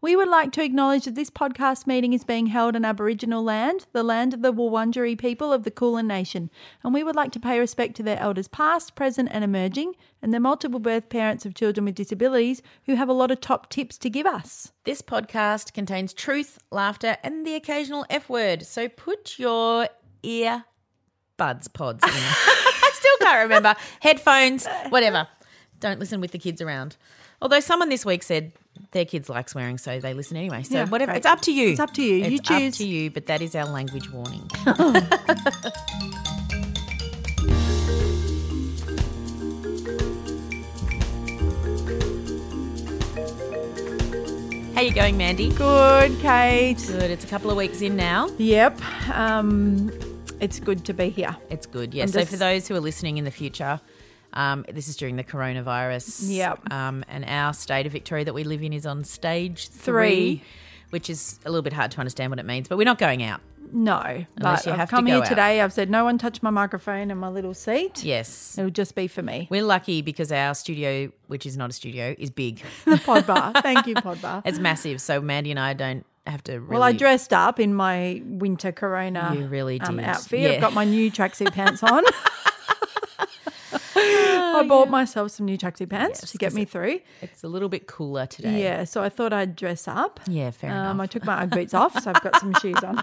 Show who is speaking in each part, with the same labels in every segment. Speaker 1: We would like to acknowledge that this podcast meeting is being held on Aboriginal land, the land of the Wurundjeri people of the Kulin Nation, and we would like to pay respect to their elders past, present, and emerging, and the multiple birth parents of children with disabilities who have a lot of top tips to give us.
Speaker 2: This podcast contains truth, laughter, and the occasional F word. So put your ear buds pods in. I still can't remember. Headphones, whatever. Don't listen with the kids around. Although someone this week said their kids like swearing, so they listen anyway. So
Speaker 1: Yeah,
Speaker 2: whatever.
Speaker 1: great.
Speaker 2: It's up to you.
Speaker 1: It's up to you.
Speaker 2: It's
Speaker 1: You
Speaker 2: up
Speaker 1: choose.
Speaker 2: to you, but that is our language warning. How you going, Mandy?
Speaker 1: Good, Kate.
Speaker 2: Good. It's a couple of weeks in now.
Speaker 1: Yep. Um, it's good to be here.
Speaker 2: It's good. Yeah.
Speaker 1: I'm
Speaker 2: So
Speaker 1: just-
Speaker 2: for those who are listening in the future, um, this is during the coronavirus.
Speaker 1: Yep.
Speaker 2: Um, and our state of Victoria that we live in is on stage three,
Speaker 1: Three.
Speaker 2: which is a little bit hard to understand what it means. But we're not going out.
Speaker 1: No,
Speaker 2: Unless
Speaker 1: but
Speaker 2: you
Speaker 1: I've
Speaker 2: have to
Speaker 1: come
Speaker 2: go
Speaker 1: here
Speaker 2: out.
Speaker 1: today. I've said no one touch my microphone and my little seat.
Speaker 2: Yes.
Speaker 1: It'll just be for me.
Speaker 2: We're lucky because our studio, which is not a studio, is big.
Speaker 1: The pod bar. Thank you, pod bar.
Speaker 2: it's massive. So Mandy and I don't have to. Really,
Speaker 1: Well, I dressed up in my winter corona
Speaker 2: You really
Speaker 1: um,
Speaker 2: did.
Speaker 1: outfit.
Speaker 2: Yeah.
Speaker 1: I've got my new tracksuit pants on.
Speaker 2: Oh,
Speaker 1: I bought myself some new tracksuit pants to get me through.
Speaker 2: It's a little bit cooler today.
Speaker 1: Yeah, so I thought I'd dress up.
Speaker 2: Yeah, fair
Speaker 1: Um, I
Speaker 2: enough.
Speaker 1: took my Ugg boots off, so I've got some shoes on.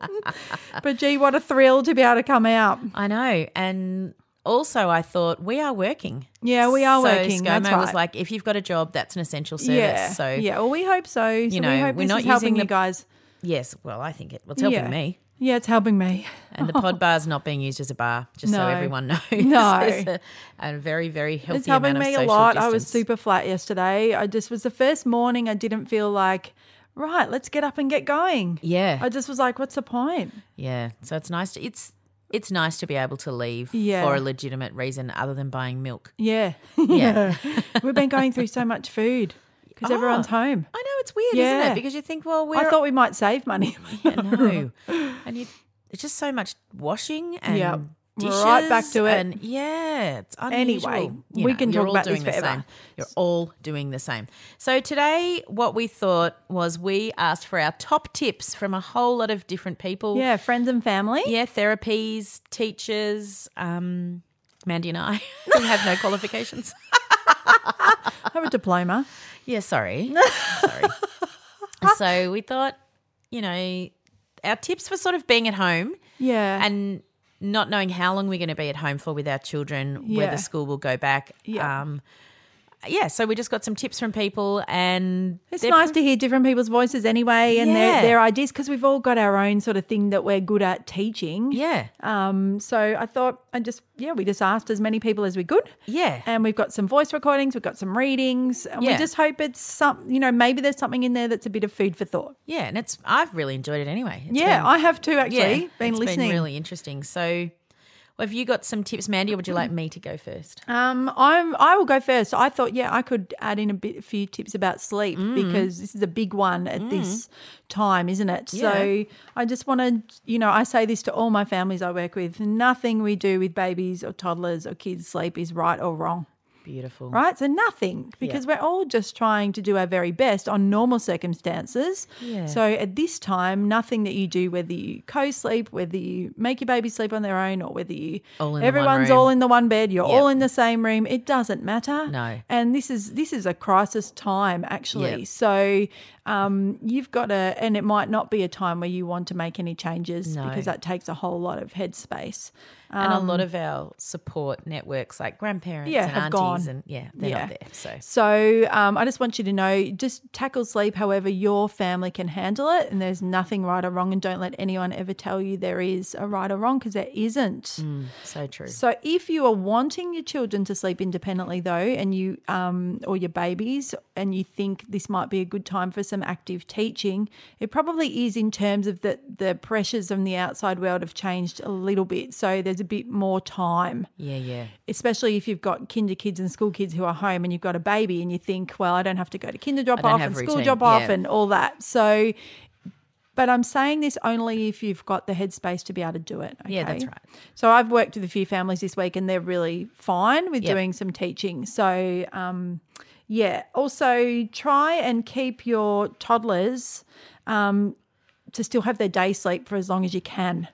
Speaker 1: but gee, what a thrill to be able to come out.
Speaker 2: I know. And also, I thought we are working.
Speaker 1: Yeah, we are
Speaker 2: so
Speaker 1: working.
Speaker 2: ScoMo
Speaker 1: That's right.
Speaker 2: was like, if you've got a job, that's an essential service.
Speaker 1: yeah.
Speaker 2: So
Speaker 1: yeah, well, we hope so. So
Speaker 2: know,
Speaker 1: we hope
Speaker 2: we're
Speaker 1: this
Speaker 2: not
Speaker 1: is helping
Speaker 2: using
Speaker 1: you
Speaker 2: the-
Speaker 1: guys.
Speaker 2: yes, well, I think it, well, it's helping
Speaker 1: yeah.
Speaker 2: me.
Speaker 1: Yeah, it's helping me.
Speaker 2: And the pod bar's not being used as a bar, just so
Speaker 1: No.
Speaker 2: everyone knows.
Speaker 1: No.
Speaker 2: There's a, a very, very healthy
Speaker 1: It's helping
Speaker 2: amount of
Speaker 1: me a
Speaker 2: social
Speaker 1: lot. I was
Speaker 2: distance.
Speaker 1: super flat yesterday. I just was the first morning I didn't feel like, right, let's get up and get going.
Speaker 2: Yeah.
Speaker 1: I just was like, what's the point?
Speaker 2: yeah. So it's nice to, it's, it's nice to be able to leave
Speaker 1: Yeah.
Speaker 2: for a legitimate reason other than buying milk.
Speaker 1: Yeah.
Speaker 2: Yeah.
Speaker 1: We've been going through so much food because everyone's
Speaker 2: Ah.
Speaker 1: home.
Speaker 2: I know it's weird, isn't
Speaker 1: Yeah.
Speaker 2: it? Because you think, well, we're
Speaker 1: I thought we might save money.
Speaker 2: Yeah, no. and you, it's just so much washing and
Speaker 1: Yep.
Speaker 2: dishes.
Speaker 1: Right back to it.
Speaker 2: And yeah, it's unusual.
Speaker 1: Anyway,
Speaker 2: You
Speaker 1: we
Speaker 2: know,
Speaker 1: can
Speaker 2: you're
Speaker 1: talk
Speaker 2: all
Speaker 1: about
Speaker 2: doing
Speaker 1: this
Speaker 2: the
Speaker 1: forever.
Speaker 2: Same. You're all doing the same. So today, what we thought was we asked for our top tips from a whole lot of different people.
Speaker 1: yeah, friends and family.
Speaker 2: Yeah, therapies, teachers, um, Mandy and I who have no qualifications.
Speaker 1: Have a diploma.
Speaker 2: Yeah, sorry. sorry. So we thought, you know, our tips for sort of being at home
Speaker 1: Yeah.
Speaker 2: and not knowing how long we're going to be at home for with our children,
Speaker 1: Yeah.
Speaker 2: whether school will go back.
Speaker 1: Yeah.
Speaker 2: Um, yeah, so we just got some tips from people, and
Speaker 1: It's
Speaker 2: they're
Speaker 1: nice to hear different people's voices anyway and
Speaker 2: Yeah.
Speaker 1: their, their ideas because we've all got our own sort of thing that we're good at teaching.
Speaker 2: Yeah.
Speaker 1: Um, so I thought I just, yeah, we just asked as many people as we could.
Speaker 2: Yeah.
Speaker 1: And we've got some voice recordings, we've got some readings, and
Speaker 2: Yeah.
Speaker 1: we just hope it's some, you know, maybe there's something in there that's a bit of food for thought.
Speaker 2: Yeah, and it's I've really enjoyed it anyway. It's
Speaker 1: yeah,
Speaker 2: been-
Speaker 1: I have too, actually,
Speaker 2: yeah,
Speaker 1: been
Speaker 2: it's
Speaker 1: listening.
Speaker 2: Been really interesting. So, have you got some tips, Mandy, or would you like me to go first?
Speaker 1: Um, I'm. I will go first. I thought, yeah, I could add in a bit, a few tips about sleep
Speaker 2: Mm.
Speaker 1: because this is a big one at this time, isn't it? So I just want to, you know, I say this to all my families I work with: nothing we do with babies or toddlers or kids sleep is right or wrong.
Speaker 2: Beautiful.
Speaker 1: Right? So nothing because we're all just trying to do our very best on normal circumstances. So at this time, nothing that you do, whether you co sleep, whether you make your baby sleep on their own, or whether you
Speaker 2: All in the one
Speaker 1: everyone's
Speaker 2: room.
Speaker 1: all in the one bed, you're
Speaker 2: Yep.
Speaker 1: all in the same room, it doesn't matter.
Speaker 2: No.
Speaker 1: And this is this is a crisis time actually.
Speaker 2: Yep.
Speaker 1: So um, you've got to, and it might not be a time where you want to make any changes
Speaker 2: No.
Speaker 1: because that takes a whole lot of headspace. Um,
Speaker 2: And a lot of our support networks, like grandparents
Speaker 1: Yeah,
Speaker 2: and
Speaker 1: have
Speaker 2: aunties,
Speaker 1: gone.
Speaker 2: and yeah, they're
Speaker 1: Yeah.
Speaker 2: not there. So,
Speaker 1: So um, I just want you to know just tackle sleep however your family can handle it. And there's nothing right or wrong. And don't let anyone ever tell you there is a right or wrong because there isn't.
Speaker 2: so Mm, true.
Speaker 1: So if you are wanting your children to sleep independently though, and you um, or your babies, and you think this might be a good time for some active teaching, it probably is in terms of that the pressures from the outside world have changed a little bit. So there's a bit more time
Speaker 2: yeah, yeah,
Speaker 1: especially if you've got kinder kids and school kids who are home and you've got a baby and you think, well, I don't have to go to kinder drop
Speaker 2: don't
Speaker 1: off
Speaker 2: have
Speaker 1: and school
Speaker 2: routine.
Speaker 1: drop off
Speaker 2: Yeah.
Speaker 1: and all that. So, but I'm saying this only if you've got the headspace to be able to do it. Okay?
Speaker 2: Yeah, that's right.
Speaker 1: So I've worked with a few families this week and they're really fine with
Speaker 2: Yep.
Speaker 1: doing some teaching. So, um, yeah. Also, try and keep your toddlers um, to still have their day sleep for as long as you can.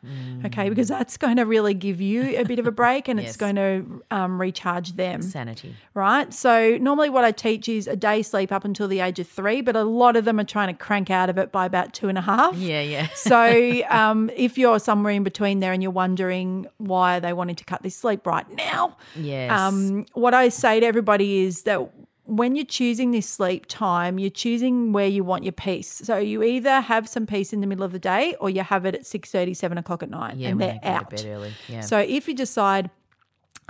Speaker 1: Okay, because that's going to really give you a bit of a break and
Speaker 2: Mm. Yes.
Speaker 1: it's going to um, recharge them.
Speaker 2: sanity.
Speaker 1: Right. So, normally what I teach is a day sleep up until the age of three, but a lot of them are trying to crank out of it by about two and a half.
Speaker 2: Yeah, yeah.
Speaker 1: so, um, if you're somewhere in between there and you're wondering why they wanted to cut this sleep right now,
Speaker 2: Yes.
Speaker 1: um, what I say to everybody is that when you're choosing this sleep time, you're choosing where you want your peace. So you either have some peace in the middle of the day, or you have it at six thirty, seven o'clock at night,
Speaker 2: Yeah,
Speaker 1: and
Speaker 2: when
Speaker 1: they're
Speaker 2: they go to
Speaker 1: out.
Speaker 2: bed early. Yeah.
Speaker 1: So if you decide.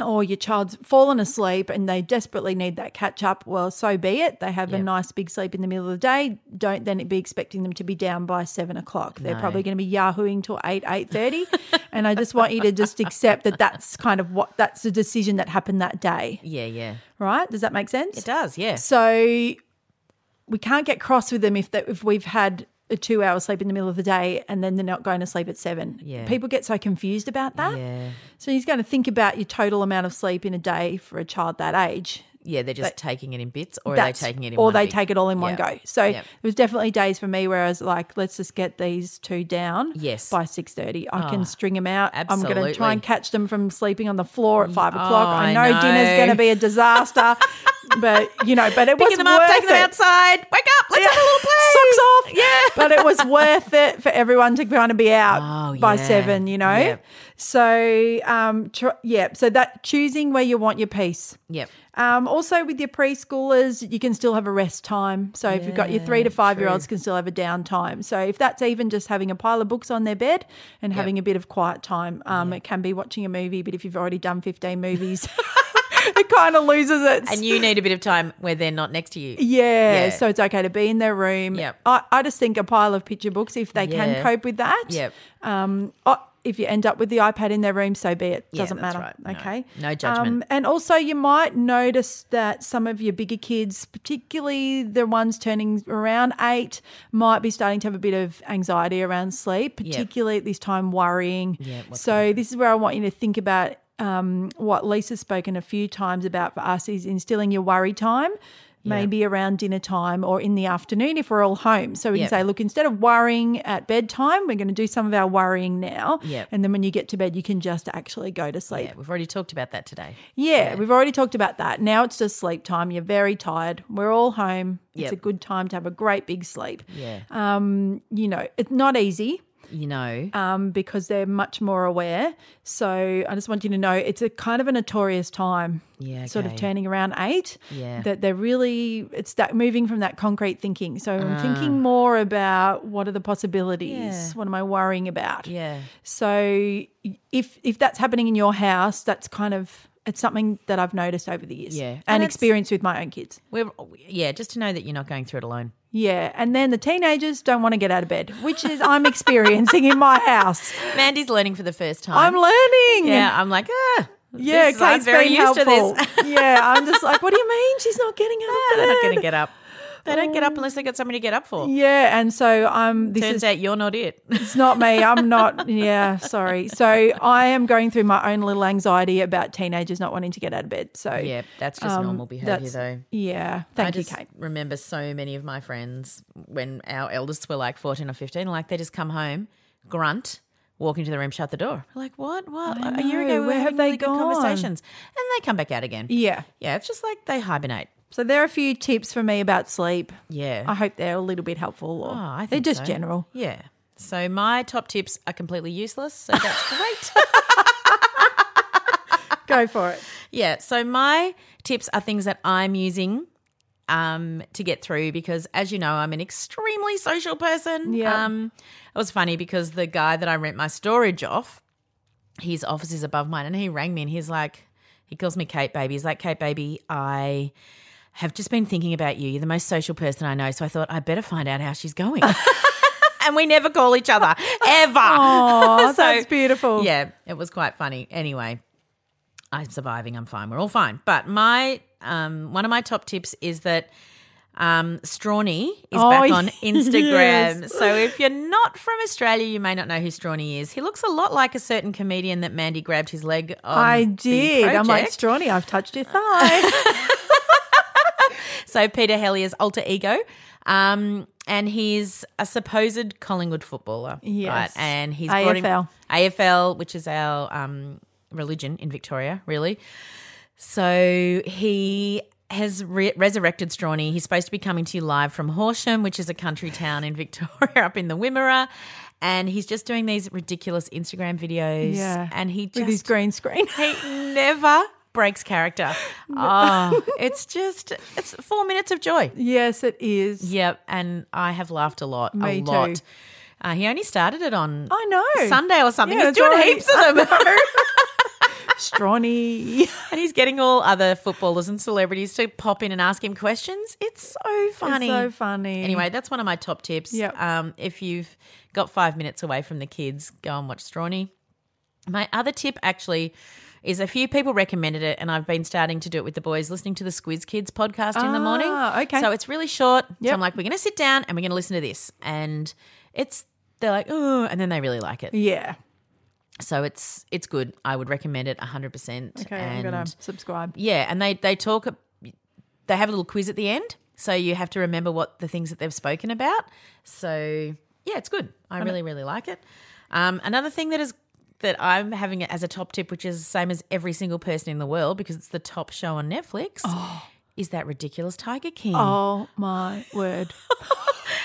Speaker 1: Or your child's fallen asleep and they desperately need that catch up. Well, so be it. They have a nice big sleep in the middle of the day. Don't then be expecting them to be down by seven o'clock. They're probably going to be yahooing till eight, eight thirty. and I just want you to just accept that that's kind of what that's the decision that happened that day
Speaker 2: yeah, yeah.
Speaker 1: right? Does that make sense?
Speaker 2: It does. Yeah.
Speaker 1: So we can't get cross with them if that if we've had a two hour sleep in the middle of the day and then they're not going to sleep at seven.
Speaker 2: Yeah.
Speaker 1: People get so confused about that.
Speaker 2: yeah.
Speaker 1: So he's going to think about your total amount of sleep in a day for a child that age.
Speaker 2: Yeah, they're just taking it in bits, or are they
Speaker 1: That's-
Speaker 2: taking it in?
Speaker 1: or
Speaker 2: one
Speaker 1: they
Speaker 2: big-
Speaker 1: take it all in one
Speaker 2: Yeah.
Speaker 1: go. So
Speaker 2: Yeah.
Speaker 1: there was definitely days for me where I was like, let's just get these two down.
Speaker 2: Yes. Ah,
Speaker 1: by six thirty, I can string them out. I'm going to try
Speaker 2: absolutely. Oh,
Speaker 1: and catch them from sleeping on the floor at five o'clock. I
Speaker 2: I
Speaker 1: know, dinner's
Speaker 2: know.
Speaker 1: going to be a disaster, but you know, but it was
Speaker 2: Picking them up,
Speaker 1: worth
Speaker 2: taking them
Speaker 1: it.
Speaker 2: outside. Wake up. Let's
Speaker 1: Yeah.
Speaker 2: have a little play.
Speaker 1: Socks off.
Speaker 2: Yeah.
Speaker 1: But it was worth it for everyone to kind of be out
Speaker 2: Oh,
Speaker 1: by
Speaker 2: yeah.
Speaker 1: seven, you know?
Speaker 2: Yep.
Speaker 1: So, um, tr- yeah. So that choosing where you want your peace.
Speaker 2: Yep.
Speaker 1: Um, also, with your preschoolers, you can still have a rest time. So, if you've got your three to five year olds, can still have a downtime. So, if that's even just having a pile of books on their bed and having a bit of quiet time, um, it can be watching a movie. But if you've already done 15 movies, it kind of loses its.
Speaker 2: And you need a bit of time where they're not next to you.
Speaker 1: yeah,
Speaker 2: Yeah.
Speaker 1: so it's okay to be in their room.
Speaker 2: Yep.
Speaker 1: I, I just think a pile of picture books, if they can
Speaker 2: Yeah.
Speaker 1: cope with that.
Speaker 2: Yep.
Speaker 1: Um, oh, if you end up with the iPad in their room, so be it.
Speaker 2: Yeah,
Speaker 1: Doesn't
Speaker 2: that's
Speaker 1: matter.
Speaker 2: right. No.
Speaker 1: Okay.
Speaker 2: No judgment.
Speaker 1: Um, and also, you might notice that some of your bigger kids, particularly the ones turning around eight, might be starting to have a bit of anxiety around sleep, particularly at this time, worrying. so, this is where I want you to think about. Um, what Lisa's spoken a few times about for us is instilling your worry time, maybe around dinner time or in the afternoon if we're all home. So we
Speaker 2: Yep.
Speaker 1: can say, look, instead of worrying at bedtime, we're going to do some of our worrying now.
Speaker 2: Yep.
Speaker 1: And then when you get to bed, you can just actually go to sleep.
Speaker 2: Yeah, we've already talked about that today.
Speaker 1: Yeah, we've already talked about that. Now it's just sleep time. You're very tired. We're all home. It's
Speaker 2: Yep.
Speaker 1: a good time to have a great big sleep.
Speaker 2: Yeah.
Speaker 1: You know, it's not easy.
Speaker 2: you know.
Speaker 1: um, because they're much more aware. So I just want you to know it's a kind of a notorious time.
Speaker 2: Yeah,
Speaker 1: Sort of
Speaker 2: okay.
Speaker 1: turning around eight.
Speaker 2: Yeah.
Speaker 1: That they're really it's that moving from that concrete thinking. So I'm thinking more about what are the possibilities?
Speaker 2: Ah. Yeah.
Speaker 1: What am I worrying about?
Speaker 2: yeah.
Speaker 1: So if if that's happening in your house, that's kind of it's something that I've noticed over the years.
Speaker 2: Yeah.
Speaker 1: And,
Speaker 2: And it's-
Speaker 1: experience with my own kids.
Speaker 2: We're yeah, just to know that you're not going through it alone.
Speaker 1: Yeah. And then the teenagers don't want to get out of bed, which is I'm experiencing in my house.
Speaker 2: Mandy's learning for the first time.
Speaker 1: I'm learning.
Speaker 2: Yeah, I'm like, ah.
Speaker 1: Yeah,
Speaker 2: this- I'm
Speaker 1: Kate's
Speaker 2: very
Speaker 1: been
Speaker 2: used
Speaker 1: helpful.
Speaker 2: to this.
Speaker 1: yeah, I'm just like, what do you mean she's not getting out of
Speaker 2: They're not going to
Speaker 1: bed? Um,
Speaker 2: get up. They don't get up unless they got somebody to get up for.
Speaker 1: Yeah, and so I'm. This
Speaker 2: Turns
Speaker 1: is
Speaker 2: out you're not it.
Speaker 1: it's not me. I'm not. Yeah, sorry. So I am going through my own little anxiety about teenagers not wanting to get out of bed. So
Speaker 2: yeah, that's just
Speaker 1: um,
Speaker 2: normal behavior,
Speaker 1: that's-
Speaker 2: though.
Speaker 1: Yeah,
Speaker 2: I
Speaker 1: thank you,
Speaker 2: just
Speaker 1: Kate.
Speaker 2: remember so many of my friends when our eldest were like 14 or 15, like they just come home, grunt, walk into the room, shut the door. Like, what? What?
Speaker 1: I
Speaker 2: A year
Speaker 1: know.
Speaker 2: ago, we were
Speaker 1: Where have
Speaker 2: having
Speaker 1: they
Speaker 2: really good
Speaker 1: gone?
Speaker 2: conversations. And they come back out again.
Speaker 1: Yeah.
Speaker 2: Yeah, it's just like they hibernate.
Speaker 1: So there are a few tips for me about sleep.
Speaker 2: Yeah.
Speaker 1: I hope they're a little bit helpful. Or
Speaker 2: Oh, I
Speaker 1: they're
Speaker 2: think
Speaker 1: just
Speaker 2: so.
Speaker 1: general.
Speaker 2: Yeah. So my top tips are completely useless. So that's great.
Speaker 1: Go for it.
Speaker 2: Yeah. So my tips are things that I'm using um, to get through because, as you know, I'm an extremely social person.
Speaker 1: Yeah.
Speaker 2: Um, it was funny because the guy that I rent my storage off, his office is above mine, and he rang me and he's like, he calls me Kate, baby. He's like, Kate, baby, I have just been thinking about you. You're the most social person I know. So I thought I better find out how she's going. and we never call each other ever.
Speaker 1: Oh,
Speaker 2: So-
Speaker 1: that's beautiful.
Speaker 2: yeah, it was quite funny. Anyway, I'm surviving. I'm fine. We're all fine. But my um, one of my top tips is that um, Strawny is
Speaker 1: Oh,
Speaker 2: back on Instagram.
Speaker 1: yes.
Speaker 2: So if you're not from Australia, you may not know who Strawny is. He looks a lot like a certain comedian that Mandy grabbed his leg. On
Speaker 1: I
Speaker 2: the
Speaker 1: did.
Speaker 2: Um,
Speaker 1: I'm like,
Speaker 2: project.
Speaker 1: Strawny, I've touched your thigh.
Speaker 2: So Peter Hellier's alter ego. Um, and he's a supposed Collingwood footballer.
Speaker 1: Yes.
Speaker 2: And he's
Speaker 1: AFL.
Speaker 2: brought him AFL, which is our um, religion in Victoria, really. So he has re- resurrected Strawny. He's supposed to be coming to you live from Horsham, which is a country town in Victoria up in the Wimmera. And he's just doing these ridiculous Instagram videos.
Speaker 1: yeah.
Speaker 2: And he just
Speaker 1: with his green screen.
Speaker 2: he never breaks character. Oh, it's just it's four minutes of joy.
Speaker 1: yes, it is.
Speaker 2: Yep, and I have laughed a lot,
Speaker 1: Me
Speaker 2: a
Speaker 1: too.
Speaker 2: lot. Uh, he only started it on
Speaker 1: I know.
Speaker 2: Sunday or something.
Speaker 1: Yeah,
Speaker 2: he's
Speaker 1: it's
Speaker 2: doing
Speaker 1: already-
Speaker 2: heaps of them,
Speaker 1: Strawny.
Speaker 2: and he's getting all other footballers and celebrities to pop in and ask him questions. It's so funny.
Speaker 1: It's so funny.
Speaker 2: Anyway, that's one of my top tips.
Speaker 1: Yep.
Speaker 2: Um, if you've got five minutes away from the kids, go and watch Strawny. My other tip actually is a few people recommended it, and I've been starting to do it with the boys, listening to the Squiz Kids podcast in the morning.
Speaker 1: Ah, okay.
Speaker 2: So it's really short.
Speaker 1: Yep.
Speaker 2: So I'm like, we're going to sit down and we're going to listen to this. And it's, they're like, oh, and then they really like it.
Speaker 1: yeah.
Speaker 2: So it's, it's good. I would recommend it 100%.
Speaker 1: Okay,
Speaker 2: and
Speaker 1: I'm gonna subscribe.
Speaker 2: yeah, and they they talk. They have a little quiz at the end, so you have to remember what the things that they've spoken about. So yeah, it's good. I really really like it. Um, another thing that is that I'm having it as a top tip, which is the same as every single person in the world because it's the top show on Netflix. Is that ridiculous Tiger King?
Speaker 1: Oh my word!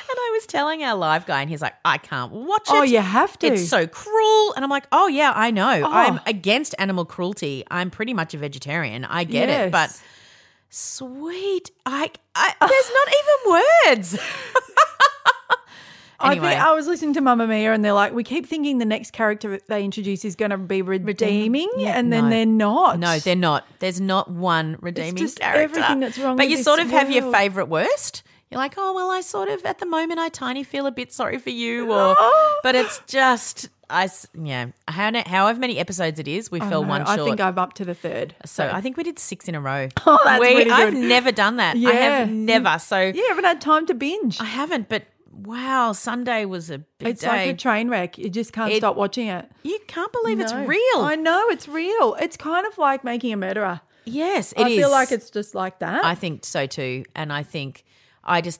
Speaker 2: And I was telling our live guy, and he's like, I can't watch it.
Speaker 1: Oh, you have to.
Speaker 2: It's so cruel. And I'm like, oh, yeah, I know. I'm against animal cruelty. I'm pretty much a vegetarian. I get it. But
Speaker 1: Yes.
Speaker 2: sweet, I, I there's not even words.
Speaker 1: I
Speaker 2: Anyway.
Speaker 1: think I was listening to Mamma Mia, and they're like, we keep thinking the next character they introduce is going to be redeeming,
Speaker 2: Yeah,
Speaker 1: and then
Speaker 2: no.
Speaker 1: they're not.
Speaker 2: No, they're not. There's not one redeeming
Speaker 1: just
Speaker 2: character.
Speaker 1: everything that's wrong
Speaker 2: But
Speaker 1: with
Speaker 2: you
Speaker 1: this
Speaker 2: sort of have your
Speaker 1: world.
Speaker 2: favorite worst. You're like, oh well, I sort of at the moment I tiny feel a bit sorry for you, or
Speaker 1: Oh.
Speaker 2: but it's just I s- yeah. How however many episodes it is, we
Speaker 1: I
Speaker 2: fell
Speaker 1: know.
Speaker 2: one
Speaker 1: I
Speaker 2: short.
Speaker 1: think I'm up to the third.
Speaker 2: so I think we did six in a row.
Speaker 1: Oh, that's
Speaker 2: we,
Speaker 1: really
Speaker 2: I've
Speaker 1: good.
Speaker 2: never done that. I have
Speaker 1: Yeah.
Speaker 2: never. So
Speaker 1: Yeah, you haven't had time to binge.
Speaker 2: I haven't. But wow, Sunday was a big
Speaker 1: It's
Speaker 2: day.
Speaker 1: like a train wreck. You just can't
Speaker 2: It-
Speaker 1: stop watching it.
Speaker 2: you can't believe it's
Speaker 1: No.
Speaker 2: real.
Speaker 1: I know it's real. It's kind of like making a murderer.
Speaker 2: yes, it is.
Speaker 1: I feel like it's just like that.
Speaker 2: I think so too. And I think I just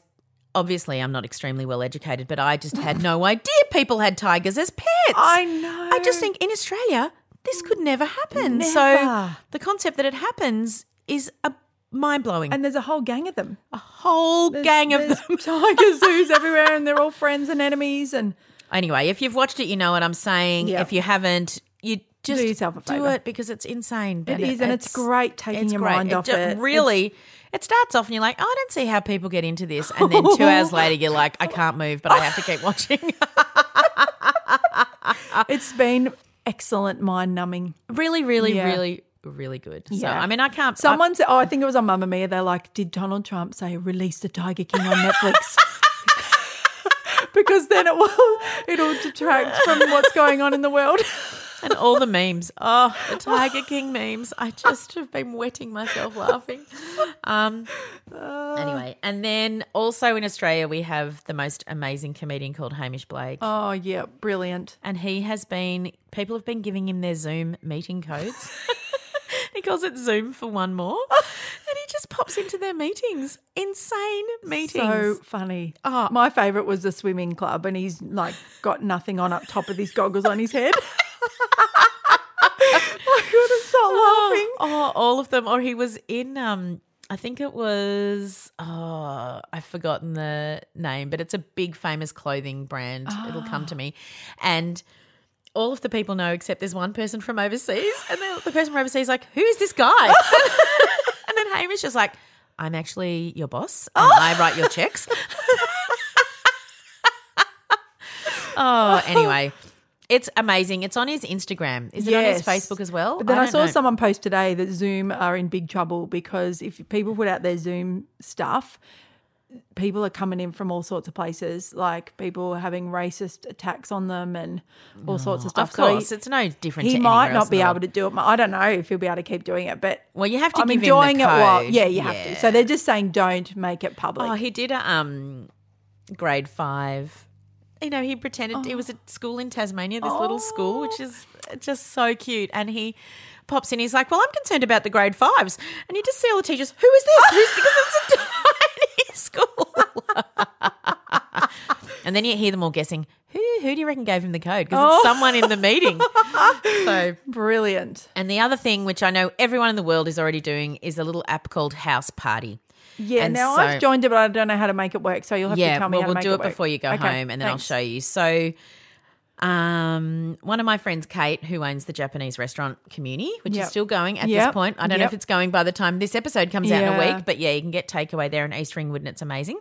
Speaker 2: obviously I'm not extremely well educated, but I just had no idea people had tigers as pets.
Speaker 1: I know.
Speaker 2: I just think in Australia this could never happen. So
Speaker 1: Never.
Speaker 2: the concept that it happens is a Oh, mind blowing.
Speaker 1: and there's a whole gang of them.
Speaker 2: a whole gang of
Speaker 1: there's
Speaker 2: them.
Speaker 1: tiger zoos everywhere, and they're all friends and enemies. And
Speaker 2: Anyway, if you've watched it, you know what I'm saying.
Speaker 1: Yeah.
Speaker 2: If you haven't, you just
Speaker 1: Do yourself a
Speaker 2: do
Speaker 1: favour.
Speaker 2: it because it's insane.
Speaker 1: It is, and it's great taking your mind off
Speaker 2: ju-
Speaker 1: it.
Speaker 2: Really, it starts off and you're like, oh, I don't see how people get into this, and then two hours later you're like, I can't move, but I have to keep watching.
Speaker 1: It's been excellent mind numbing.
Speaker 2: uh, really, really,
Speaker 1: Yeah.
Speaker 2: really, really good. So I mean, I can't. I-
Speaker 1: Someone said, oh, I think it was on Mamma Mia. They're like, did Donald Trump say release the Tiger King on Netflix? because then it will it'll detract from what's going on in the world.
Speaker 2: and all the memes. Oh, the Tiger King memes. I just have been wetting myself laughing. Um,
Speaker 1: Uh.
Speaker 2: anyway, and then also in Australia, we have the most amazing comedian called Hamish Blake.
Speaker 1: Oh yeah, brilliant.
Speaker 2: And he has been, people have been giving him their Zoom meeting codes. he calls it Zoom for one more. And he just pops into their meetings. Insane meetings.
Speaker 1: So funny.
Speaker 2: Oh.
Speaker 1: My favourite was the swimming club, and he's like got nothing on up top of these goggles on his head. I couldn't stop laughing.
Speaker 2: Oh, all of them. Or he was in um I think it was oh I've forgotten the name, but it's a big famous clothing brand. It'll come to me. And all of the people know except there's one person from overseas. And then the person from overseas is like, Who is this guy? and then Hamish is like, I'm actually your boss and I write your checks. oh, anyway. It's amazing. It's on his Instagram. Is it on his Facebook as well?
Speaker 1: But then I,
Speaker 2: don't
Speaker 1: saw
Speaker 2: know.
Speaker 1: someone post today that Zoom are in big trouble because if people put out their Zoom stuff, people are coming in from all sorts of places. Like people are having racist attacks on them and all sorts of stuff.
Speaker 2: Of
Speaker 1: So he-
Speaker 2: course, it's no different.
Speaker 1: he
Speaker 2: to
Speaker 1: might
Speaker 2: anywhere
Speaker 1: not
Speaker 2: else
Speaker 1: be
Speaker 2: in the
Speaker 1: able to do it. I don't know if he'll be able to keep doing it, but
Speaker 2: Well, you have to
Speaker 1: I'm
Speaker 2: give him the
Speaker 1: enjoying it. While,
Speaker 2: code.
Speaker 1: yeah, you have
Speaker 2: Yeah.
Speaker 1: to. So they're just saying don't make it
Speaker 2: world.
Speaker 1: public.
Speaker 2: Oh, he did a um, grade five. You know, he pretended he was at school in Tasmania, this little school, which is just so cute. And he pops in. He's like, "Well, I'm concerned about the grade fives. and you just see all the teachers. Who is this? Who's because it's a tiny school. and then you hear them all guessing. Who who do you reckon gave him the code? Because
Speaker 1: Oh.
Speaker 2: it's someone in the meeting. so
Speaker 1: Brilliant.
Speaker 2: And the other thing, which I know everyone in the world is already doing, is a little app called House Party.
Speaker 1: Yeah.
Speaker 2: And
Speaker 1: now
Speaker 2: so-
Speaker 1: I've joined it, but I don't know how to make it work. So you'll have
Speaker 2: yeah,
Speaker 1: to tell me
Speaker 2: well,
Speaker 1: how
Speaker 2: we'll
Speaker 1: to make
Speaker 2: do
Speaker 1: it
Speaker 2: it,
Speaker 1: work.
Speaker 2: before you go
Speaker 1: Okay,
Speaker 2: home, and then
Speaker 1: thanks.
Speaker 2: I'll show you. So, um, one of my friends, Kate, who owns the Japanese restaurant Community, which
Speaker 1: Yep.
Speaker 2: is still going at this
Speaker 1: Yep.
Speaker 2: point. I don't know if
Speaker 1: Yep.
Speaker 2: it's going by the time this episode comes out in a
Speaker 1: Yeah.
Speaker 2: week, but yeah, you can get takeaway there in East Ringwood, and it's amazing.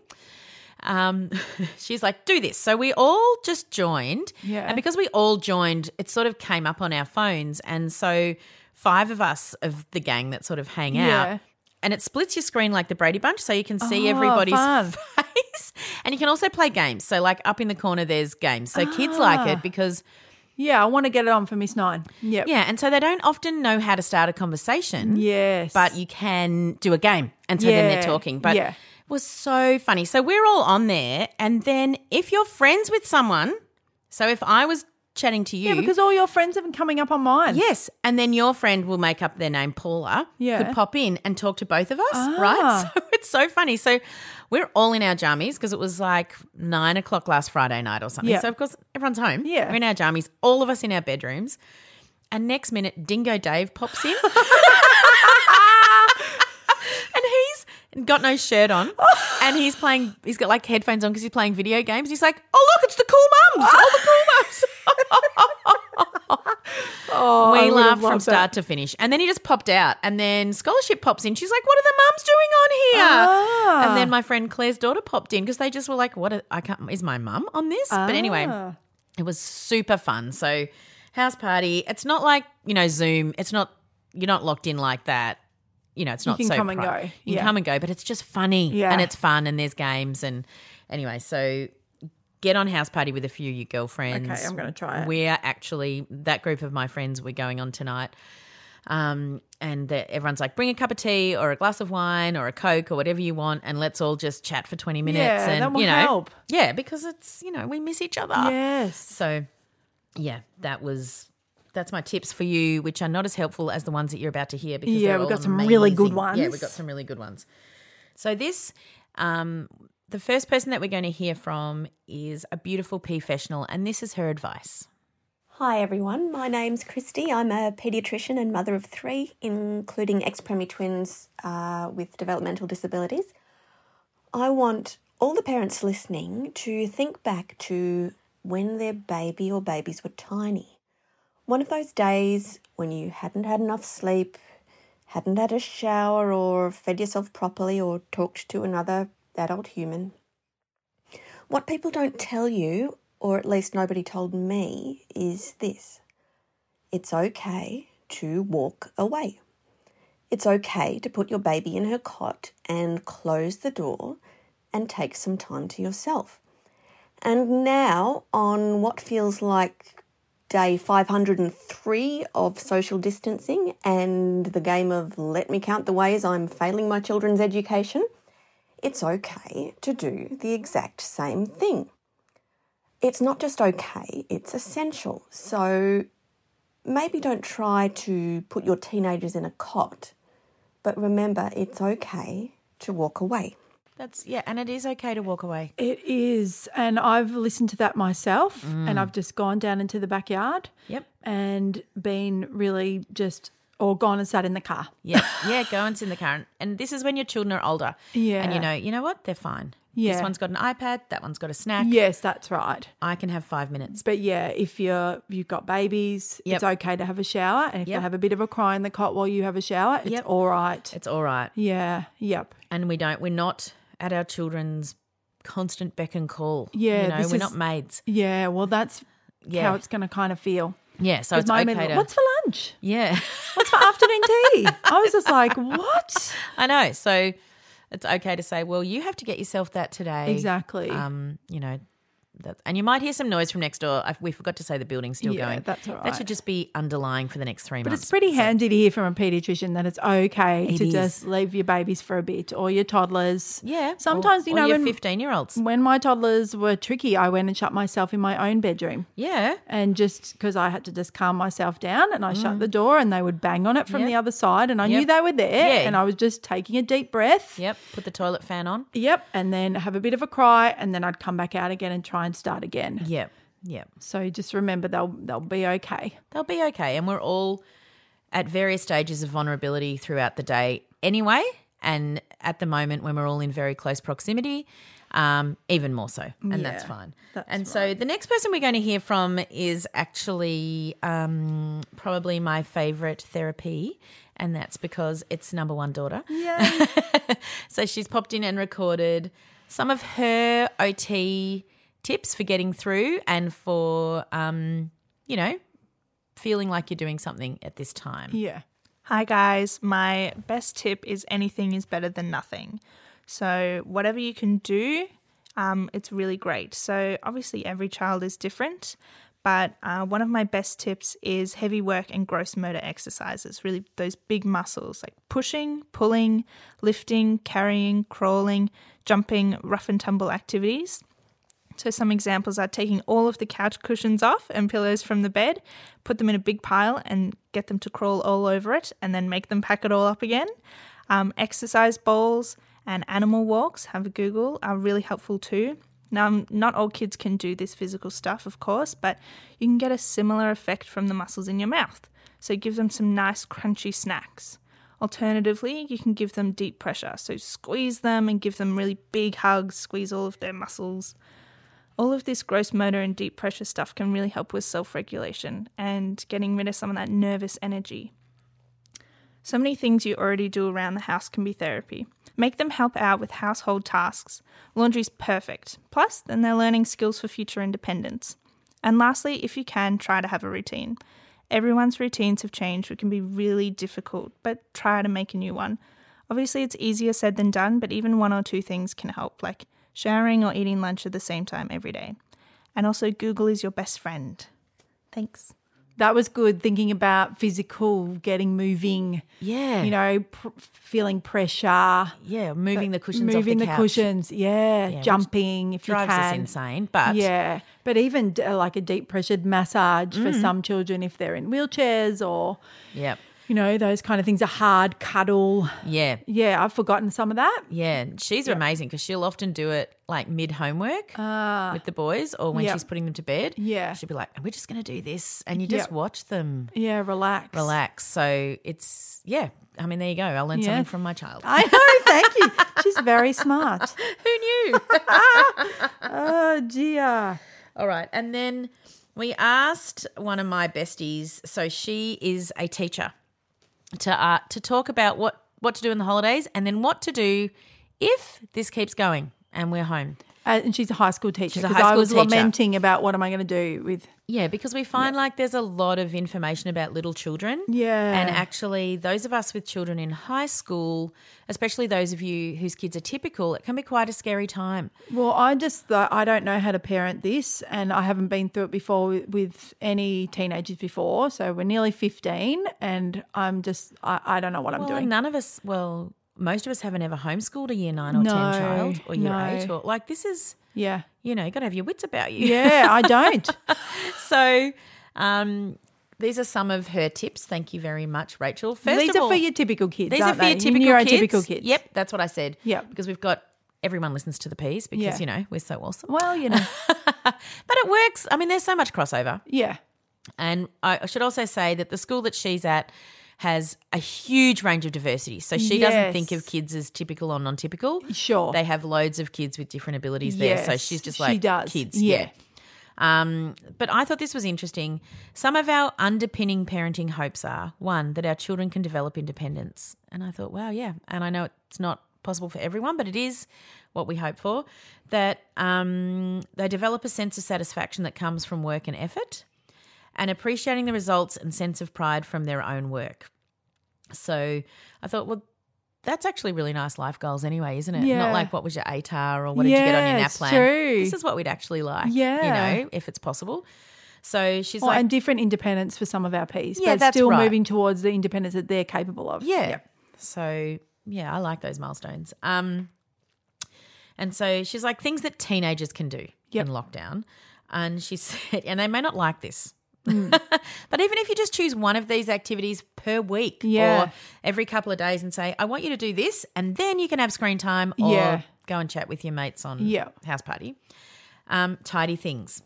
Speaker 2: Um, she's like, do this. So we all just joined,
Speaker 1: Yeah.
Speaker 2: and because we all joined, it sort of came up on our phones, and so five of us of the gang that sort of hang
Speaker 1: Yeah. Oh,
Speaker 2: out. And it splits your screen like the Brady Bunch, so you can see everybody's
Speaker 1: fun.
Speaker 2: face. And you can also play games. So, like up in the corner, there's games. So, kids like it because,
Speaker 1: Yeah, I want to get it on for Miss Nine. Ah. Yep.
Speaker 2: yeah. And so they don't often know how to start a conversation.
Speaker 1: Yes.
Speaker 2: But you can do a game. And so then they're
Speaker 1: Yeah.
Speaker 2: talking. But
Speaker 1: Yeah.
Speaker 2: it was so funny. So, we're all on there. And then if you're friends with someone, so if I was chatting to you,
Speaker 1: Yeah, because all your friends have been coming up on mine.
Speaker 2: Yes, and then your friend will make up their name, Paula.
Speaker 1: Yeah. Ah.
Speaker 2: could pop in and talk to both of us, right? So it's so funny. So we're all in our jammies because it was like nine o'clock last Friday night or something.
Speaker 1: Yeah.
Speaker 2: So of course everyone's home.
Speaker 1: Yeah.
Speaker 2: we're in our jammies, all of us in our bedrooms, and next minute Dingo Dave pops in, and he's got no shirt on, and he's playing. He's got like headphones on because he's playing video games. He's like, "Oh look, it's the cool mums, all the cool mums."
Speaker 1: Oh, I
Speaker 2: we
Speaker 1: would have
Speaker 2: laughed from
Speaker 1: loved
Speaker 2: start
Speaker 1: that.
Speaker 2: to finish. And then he just popped out. And then Scholarship pops in. She's like, What are the mums doing on here?
Speaker 1: Ah.
Speaker 2: And then my friend Claire's daughter popped in because they just were like, What a- I can't, is my mum on this? But
Speaker 3: Ah.
Speaker 2: anyway,
Speaker 4: Ah.
Speaker 2: it was super fun. So, house party, it's not like, you know, Zoom, it's not, you're not locked in like that. You know, it's not
Speaker 1: can
Speaker 2: so
Speaker 1: come and
Speaker 2: pri-
Speaker 1: go.
Speaker 2: You
Speaker 1: Yeah.
Speaker 2: can come and go, but it's just funny
Speaker 1: Yeah.
Speaker 2: and it's fun and there's games. And anyway, so get on house party with a few of your girlfriends.
Speaker 1: Okay, I'm gonna try it.
Speaker 2: We're actually that group of my friends we're going on tonight. Um, and the, everyone's like, bring a cup of tea or a glass of wine or a coke or whatever you want, and let's all just chat for twenty minutes.
Speaker 1: Yeah,
Speaker 2: and
Speaker 1: that will
Speaker 2: you know,
Speaker 1: help.
Speaker 2: yeah, because it's you know we miss each other.
Speaker 1: Yes.
Speaker 2: So, yeah, that was that's my tips for you, which are not as helpful as the ones that you're about to hear. Because
Speaker 1: Yeah,
Speaker 2: they're
Speaker 1: we've
Speaker 2: all
Speaker 1: got some really good
Speaker 2: amazing- Yeah, we've
Speaker 1: ones.
Speaker 2: got some really good ones. So this, um, the first person that we're going to hear from is a beautiful professional, and this is her advice.
Speaker 5: Hi everyone, my name's Christy. I'm a paediatrician and mother of three, including ex preemie twins uh, with developmental disabilities. I want all the parents listening to think back to when their baby or babies were tiny. One of those days when you hadn't had enough sleep, hadn't had a shower, or fed yourself properly, or talked to another adult human. What people don't tell you, or at least nobody told me, is this it's okay to walk away. It's okay to put your baby in her cot and close the door and take some time to yourself. And now, on what feels like day 503 of social distancing and the game of let me count the ways I'm failing my children's education, it's okay to do the exact same thing. It's not just okay, it's essential. So maybe don't try to put your teenagers in a cot, but remember it's okay to walk away.
Speaker 2: That's yeah, and it is okay to walk away.
Speaker 1: It is. And I've listened to that myself. And I've just gone down into the backyard.
Speaker 2: Mm. Yep.
Speaker 1: And been really just, or gone and sat in the car.
Speaker 2: Yeah, yeah, go and sit in the car. And- And this is when your children are older. And
Speaker 1: Yeah.
Speaker 2: you know, you know what? They're fine.
Speaker 1: Yeah.
Speaker 2: This one's got an iPad, that one's got a snack.
Speaker 1: Yes, that's right.
Speaker 2: I can have five minutes.
Speaker 1: But yeah, if you're you've got babies,
Speaker 2: Yep.
Speaker 1: it's okay to have a shower. And if
Speaker 2: Yep.
Speaker 1: they have a bit of a cry in the cot while you have a shower, it's
Speaker 2: Yep.
Speaker 1: all right.
Speaker 2: It's all right.
Speaker 1: yeah. Yep.
Speaker 2: And we don't we're not at our children's constant beck and call.
Speaker 1: Yeah,
Speaker 2: You know,
Speaker 1: this
Speaker 2: we're
Speaker 1: is-
Speaker 2: not maids.
Speaker 1: Yeah. Well, that's
Speaker 2: Yeah.
Speaker 1: how it's going to kind of feel.
Speaker 2: Yeah. So
Speaker 1: With
Speaker 2: it's
Speaker 1: my
Speaker 2: okay
Speaker 1: middle-
Speaker 2: to
Speaker 1: What's for lunch?
Speaker 2: Yeah.
Speaker 1: What's for afternoon tea? I was just like, what?
Speaker 2: I know. So it's okay to say, well, you have to get yourself that today.
Speaker 1: Exactly.
Speaker 2: Um, you know, that, and you might hear some noise from next door. I, we forgot to say the building's still
Speaker 1: Yeah,
Speaker 2: going.
Speaker 1: that's all
Speaker 2: That
Speaker 1: right.
Speaker 2: should just be underlying for the next three
Speaker 1: But
Speaker 2: months.
Speaker 1: it's pretty handy to hear from a paediatrician that it's okay
Speaker 2: It
Speaker 1: to
Speaker 2: is.
Speaker 1: just leave your babies for a bit or your toddlers.
Speaker 2: yeah. or-
Speaker 1: Sometimes, you
Speaker 2: or
Speaker 1: know,
Speaker 2: your
Speaker 1: when,
Speaker 2: fifteen-year-olds.
Speaker 1: when my toddlers were tricky, I went and shut myself in my own bedroom.
Speaker 2: Yeah.
Speaker 1: And just because I had to just calm myself down and I shut the door and they would bang on it from
Speaker 2: Mm. Yep.
Speaker 1: the other side and I
Speaker 2: Yep.
Speaker 1: knew they were there
Speaker 2: Yeah.
Speaker 1: and I was just taking a deep breath.
Speaker 2: Yep. Put the toilet fan on.
Speaker 1: Yep. And then have a bit of a cry and then I'd come back out again and try and start again.
Speaker 2: Yep. Yep.
Speaker 1: So just remember they'll they'll be okay.
Speaker 2: They'll be okay. And we're all at various stages of vulnerability throughout the day anyway. And at the moment, when we're all in very close proximity, um, even more so. And that's
Speaker 1: Yeah,
Speaker 2: fine.
Speaker 1: that's
Speaker 2: and so the next person we're going to hear from is actually um, probably my favorite therapy. And that's because it's number one daughter. Yeah. so she's popped in and recorded some of her OT tips for getting through and for, um, you know, feeling like you're doing something at this time.
Speaker 1: Yeah.
Speaker 6: Hi, guys. My best tip is anything is better than nothing. So, whatever you can do, um, it's really great. So, obviously, every child is different, but uh, one of my best tips is heavy work and gross motor exercises really, those big muscles like pushing, pulling, lifting, carrying, crawling, jumping, rough and tumble activities. So, some examples are taking all of the couch cushions off and pillows from the bed, put them in a big pile and get them to crawl all over it, and then make them pack it all up again. Um, exercise bowls and animal walks, have a Google, are really helpful too. Now, um, not all kids can do this physical stuff, of course, but you can get a similar effect from the muscles in your mouth. So, give them some nice crunchy snacks. Alternatively, you can give them deep pressure. So, squeeze them and give them really big hugs, squeeze all of their muscles all of this gross motor and deep pressure stuff can really help with self regulation and getting rid of some of that nervous energy. So many things you already do around the house can be therapy. Make them help out with household tasks. Laundry's perfect. Plus, then they're learning skills for future independence. And lastly, if you can, try to have a routine. Everyone's routines have changed, which can be really difficult, but try to make a new one. Obviously, it's easier said than done, but even one or two things can help, like showering or eating lunch at the same time every day. And also, Google is your best friend. Thanks.
Speaker 1: That was good thinking about physical, getting moving,
Speaker 2: Yeah.
Speaker 1: you know, pr- feeling pressure,
Speaker 2: yeah, moving the cushions off
Speaker 1: moving
Speaker 2: the,
Speaker 1: the,
Speaker 2: couch
Speaker 1: cushions, yeah, jumping if
Speaker 2: drives
Speaker 1: you
Speaker 2: us
Speaker 1: can.
Speaker 2: insane, but
Speaker 1: yeah, but even d- uh, like a deep pressured massage for
Speaker 2: Mm.
Speaker 1: some children if they're in wheelchairs or
Speaker 2: yeah,
Speaker 1: you know those kind of things, a hard cuddle.
Speaker 2: yeah,
Speaker 1: Yeah, I've forgotten some of that.
Speaker 2: yeah. She's amazing because she'll often do it like mid homework
Speaker 1: Ah,
Speaker 2: with the boys or when
Speaker 1: Uh, yeah.
Speaker 2: she's putting them to bed.
Speaker 1: Yeah.
Speaker 2: she'll be like, "We're just going to do this," and you just
Speaker 1: Yeah.
Speaker 2: watch them
Speaker 1: Yeah, relax,
Speaker 2: relax. So it's yeah. I mean, there you go. I learned
Speaker 1: Yeah.
Speaker 2: something from my child.
Speaker 1: I know. Thank you. She's very smart.
Speaker 2: Who knew?
Speaker 1: Oh dear.
Speaker 2: All right. And then we asked one of my besties, so she is a teacher, to uh, to talk about what what to do in the holidays and then what to do if this keeps going and we're home.
Speaker 1: Uh, and she's a high school teacher.
Speaker 2: She's a
Speaker 1: 'cause
Speaker 2: high
Speaker 1: I
Speaker 2: school
Speaker 1: was
Speaker 2: teacher.
Speaker 1: lamenting about what am I going to do with.
Speaker 2: Yeah, because we find like there's a lot of information about little children.
Speaker 1: Yeah.
Speaker 2: And actually, those of us with children in high school, especially those of you whose kids are typical, it can be quite a scary time.
Speaker 1: Well, I just thought I don't know how to parent this, and I haven't been through it before with, with any teenagers before. So we're nearly fifteen, and I'm just I, I don't know what I'm
Speaker 2: well,
Speaker 1: doing.
Speaker 2: none of us, well, most of us haven't ever homeschooled a year nine or
Speaker 1: No,
Speaker 2: 10 child or year
Speaker 1: no.
Speaker 2: eight or like this is,
Speaker 1: Yeah,
Speaker 2: you know, you got to have your wits about you.
Speaker 1: yeah, I don't.
Speaker 2: so, um, these are some of her tips. Thank you very much, Rachel. First
Speaker 1: These
Speaker 2: of
Speaker 1: are
Speaker 2: all,
Speaker 1: for your typical kids.
Speaker 2: These
Speaker 1: aren't
Speaker 2: are for your
Speaker 1: they?
Speaker 2: typical kids.
Speaker 1: neurotypical kids.
Speaker 2: Yep, that's what I said.
Speaker 1: Yep.
Speaker 2: Because we've got everyone listens to the P's because,
Speaker 1: Yeah.
Speaker 2: you know, we're so awesome.
Speaker 1: Well, you know,
Speaker 2: but it works. I mean, there's so much crossover.
Speaker 1: yeah.
Speaker 2: And I I should also say that the school that she's at has a huge range of diversity. So she doesn't think
Speaker 1: Yes.
Speaker 2: of kids as typical or non typical.
Speaker 1: Sure.
Speaker 2: They have loads of kids with different abilities there. So
Speaker 1: Yes,
Speaker 2: she's just
Speaker 1: she
Speaker 2: like
Speaker 1: does.
Speaker 2: kids.
Speaker 1: Yeah.
Speaker 2: yeah. Um, but I thought this was interesting. Some of our underpinning parenting hopes are one, that our children can develop independence. And I thought, wow, yeah. And I know it's not possible for everyone, but it is what we hope for. That um, they develop a sense of satisfaction that comes from work and effort and appreciating the results and sense of pride from their own work. So I thought, well, that's actually really nice life goals anyway, isn't it?
Speaker 1: Yeah.
Speaker 2: Not like what was your ATAR or what did you get on your
Speaker 1: Yeah,
Speaker 2: nap
Speaker 1: it's
Speaker 2: plan?
Speaker 1: true.
Speaker 2: This is what we'd actually like.
Speaker 1: Yeah.
Speaker 2: You know, if it's possible. So she's
Speaker 1: Oh,
Speaker 2: like,
Speaker 1: and different independence for some of our Ps,
Speaker 2: Yeah,
Speaker 1: but
Speaker 2: that's
Speaker 1: still
Speaker 2: right.
Speaker 1: moving towards the independence that they're capable of.
Speaker 2: Yeah. So yeah, I like those milestones. Um, and so she's like things that teenagers can do
Speaker 1: Yep.
Speaker 2: in lockdown, and she said, and they may not like this.
Speaker 1: Mm.
Speaker 2: but even if you just choose one of these activities per week
Speaker 1: Yeah.
Speaker 2: or every couple of days and say, I want you to do this, and then you can have screen time or
Speaker 1: Yeah.
Speaker 2: go and chat with your mates on
Speaker 1: Yeah.
Speaker 2: house party. Um, tidy things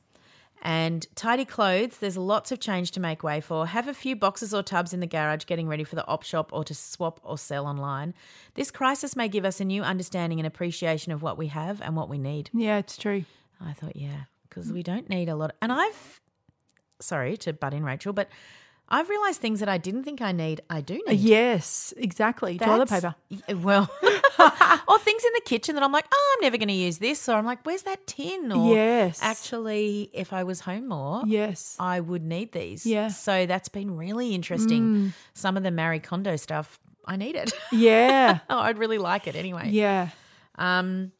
Speaker 2: and tidy clothes. There's lots of change to make way for. Have a few boxes or tubs in the garage getting ready for the op shop or to swap or sell online. This crisis may give us a new understanding and appreciation of what we have and what we need.
Speaker 1: Yeah, it's true.
Speaker 2: I thought, yeah, because we don't need a lot. And I've, sorry to butt in, Rachel, but I've realized things that I didn't think I need, I do need.
Speaker 1: uh, Yes, exactly. Toilet
Speaker 2: That's-
Speaker 1: paper.
Speaker 2: y- Well, or things in the kitchen that I'm like, oh, I'm never going to use this. Or I'm like, where's that tin? Or
Speaker 1: Yes.
Speaker 2: actually, if I was home more,
Speaker 1: Yes.
Speaker 2: I would need these.
Speaker 1: Yeah. Mm.
Speaker 2: So that's been really interesting. Some of the Marie Kondo stuff, I need it.
Speaker 1: Yeah.
Speaker 2: oh, I'd really like it anyway.
Speaker 1: yeah.
Speaker 2: Um,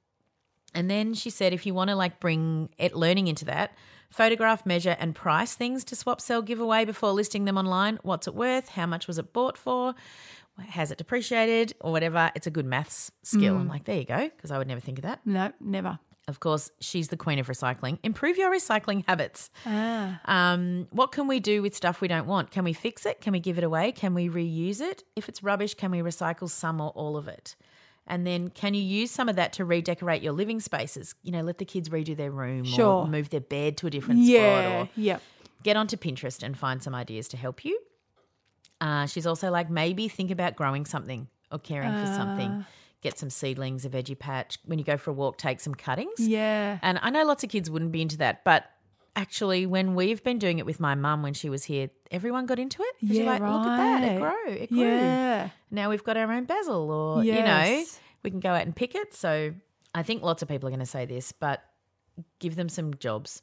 Speaker 2: and then she said, if you want to like bring it learning into that, photograph, measure, and price things to swap, sell, give away before listing them online. What's it worth? How much was it bought for? Has it depreciated or whatever? It's a good maths skill. I'm like, there you go, because I would never think of that.
Speaker 1: No, never.
Speaker 2: Of course, she's the queen of recycling. Improve your recycling habits.
Speaker 1: Ah,
Speaker 2: Um, what can we do with stuff we don't want? Can we fix it? Can we give it away? Can we reuse it? If it's rubbish, can we recycle some or all of it? And then can you use some of that to redecorate your living spaces? You know, let the kids redo their room
Speaker 1: Sure.
Speaker 2: or move their bed to a different
Speaker 1: Yeah.
Speaker 2: spot or
Speaker 1: Yep.
Speaker 2: get onto Pinterest and find some ideas to help you. Uh, she's also like, maybe think about growing something or caring for
Speaker 1: Uh.
Speaker 2: something. Get some seedlings, a veggie patch. When you go for a walk, take some cuttings.
Speaker 1: Yeah.
Speaker 2: And I know lots of kids wouldn't be into that, but actually, when we've been doing it with my mum when she was here, everyone got into it. 'Cause
Speaker 1: Yeah.
Speaker 2: you're like, look at that, it
Speaker 1: right.
Speaker 2: grew, it grew.
Speaker 1: Yeah.
Speaker 2: Now we've got our own basil, or you know,
Speaker 1: Yes.
Speaker 2: we can go out and pick it. So I think lots of people are going to say this, but give them some jobs.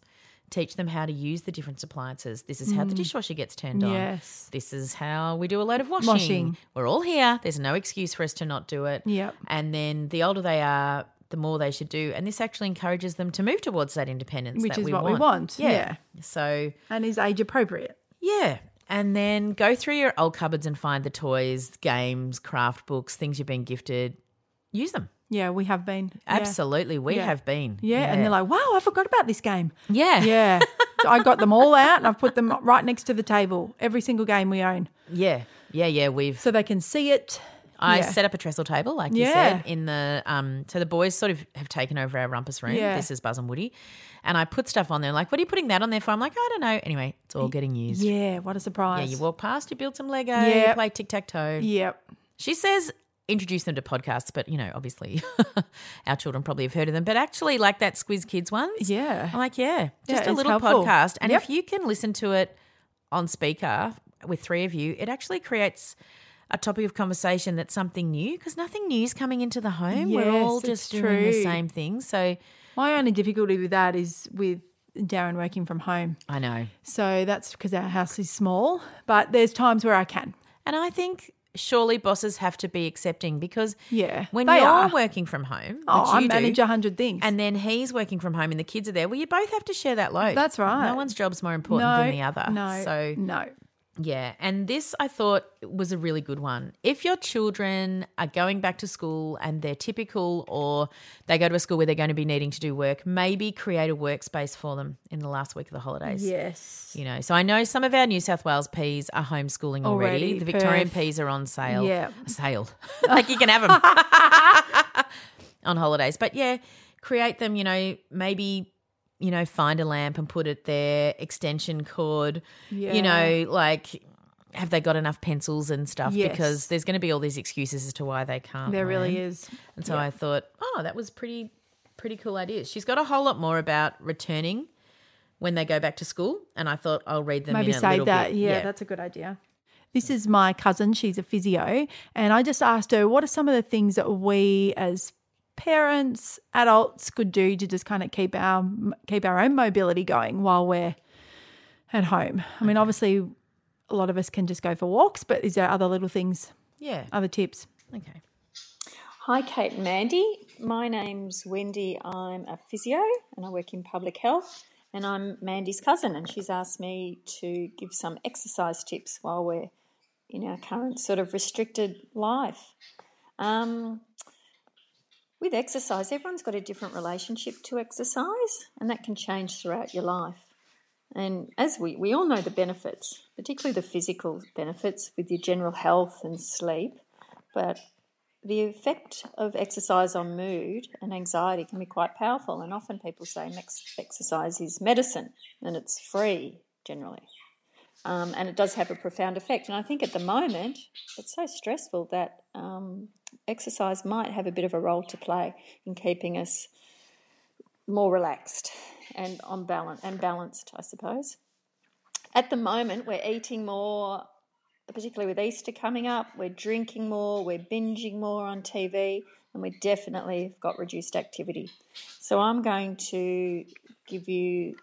Speaker 2: Teach them how to use the different appliances. This is how the dishwasher gets turned on.
Speaker 1: Mm. Yes.
Speaker 2: This is how we do a load of washing.
Speaker 1: Washing.
Speaker 2: We're all here. There's no excuse for us to not do it.
Speaker 1: Yep.
Speaker 2: And then the older they are, the more they should do. And this actually encourages them to move towards that independence,
Speaker 1: Which
Speaker 2: that
Speaker 1: is
Speaker 2: we
Speaker 1: what we
Speaker 2: want.
Speaker 1: want, yeah.
Speaker 2: So
Speaker 1: And is age appropriate?
Speaker 2: yeah. And then go through your old cupboards and find the toys, games, craft books, things you've been gifted. Use them.
Speaker 1: Yeah, we have been. Yeah.
Speaker 2: Absolutely. We
Speaker 1: Yeah.
Speaker 2: have been.
Speaker 1: Yeah. And they're like, wow, I forgot about this game.
Speaker 2: yeah.
Speaker 1: Yeah. So I got them all out and I've put them right next to the table, every single game we own,
Speaker 2: Yeah. Yeah. Yeah. We've,
Speaker 1: so they can see it.
Speaker 2: I
Speaker 1: yeah.
Speaker 2: set up a trestle table, like
Speaker 1: Yeah.
Speaker 2: you said, in the, um, so the boys sort of have taken over our rumpus room.
Speaker 1: Yeah.
Speaker 2: This is Buzz and Woody. And I put stuff on there, like, what are you putting that on there for? I'm like, I don't know. Anyway, it's all getting used.
Speaker 1: Yeah, what a
Speaker 2: Yeah,
Speaker 1: surprise.
Speaker 2: you walk past, you build some Lego,
Speaker 1: Yeah.
Speaker 2: you play tic tac toe.
Speaker 1: Yep.
Speaker 2: She says introduce them to podcasts, but you know, obviously our children probably have heard of them. But actually, like that Squiz Kids ones.
Speaker 1: Yeah.
Speaker 2: I'm like, yeah,
Speaker 1: Yeah,
Speaker 2: just a
Speaker 1: it's
Speaker 2: little
Speaker 1: helpful.
Speaker 2: podcast. And
Speaker 1: Yep.
Speaker 2: if you can listen to it on speaker with three of you, it actually creates a topic of conversation that's something new because nothing new is coming into the home. We're all
Speaker 1: Yes, it's
Speaker 2: just doing
Speaker 1: true.
Speaker 2: the same thing. So
Speaker 1: My only difficulty with that is with Darren working from home.
Speaker 2: I know.
Speaker 1: So that's because our house is small, but there's times where I can.
Speaker 2: And I think surely bosses have to be accepting because
Speaker 1: Yeah,
Speaker 2: when
Speaker 1: they
Speaker 2: you're
Speaker 1: are.
Speaker 2: working from home,
Speaker 1: Oh,
Speaker 2: which
Speaker 1: I
Speaker 2: you do,
Speaker 1: manage a hundred things.
Speaker 2: and then he's working from home and the kids are there. Well, you both have to share that load.
Speaker 1: That's right.
Speaker 2: No one's job's more important than the other.
Speaker 1: No,
Speaker 2: So
Speaker 1: no.
Speaker 2: yeah, and this I thought was a really good one. If your children are going back to school and they're typical or they go to a school where they're going to be needing to do work, maybe create a workspace for them in the last week of the holidays.
Speaker 1: Yes.
Speaker 2: You know, so I know some of our New South Wales peas are homeschooling already.
Speaker 1: Already,
Speaker 2: the Victorian
Speaker 1: Perth.
Speaker 2: peas are on sale.
Speaker 1: Yeah.
Speaker 2: Sale. like you can have them on holidays. But yeah, create them, you know, maybe, you know, find a lamp and put it there, extension cord, you know, like have they got enough pencils and stuff?
Speaker 1: Yes.
Speaker 2: Because there's going to be all these excuses as to why they can't.
Speaker 1: There really
Speaker 2: learn.
Speaker 1: is.
Speaker 2: And so I thought, oh, that was pretty pretty cool ideas. She's got a whole lot more about returning when they go back to school, and I thought I'll read them.
Speaker 1: Maybe
Speaker 2: in a
Speaker 1: say
Speaker 2: little
Speaker 1: that.
Speaker 2: bit.
Speaker 1: Yeah, that's a good idea. This is my cousin. She's a physio. And I just asked her, what are some of the things that we as parents, adults could do to just kind of keep our keep our own mobility going while we're at home? I mean, obviously a lot of us can just go for walks, but is there other little things,
Speaker 2: yeah.
Speaker 1: other tips?
Speaker 2: Okay.
Speaker 4: Hi, Kate and Mandy. My name's Wendy. I'm a physio and I work in public health. And I'm Mandy's cousin, and she's asked me to give some exercise tips while we're in our current sort of restricted life. Um, with exercise, everyone's got a different relationship to exercise, and that can change throughout your life. And as we, we all know the benefits, particularly the physical benefits with your general health and sleep, but the effect of exercise on mood and anxiety can be quite powerful, and often people say mex- exercise is medicine and it's free generally. Um, and it does have a profound effect. And I think at the moment it's so stressful that um, exercise might have a bit of a role to play in keeping us more relaxed and on balance and balanced, I suppose. At the moment, we're eating more particularly with Easter coming up, we're drinking more, we're binging more on TV, and we definitely have got reduced activity. So I'm going to give you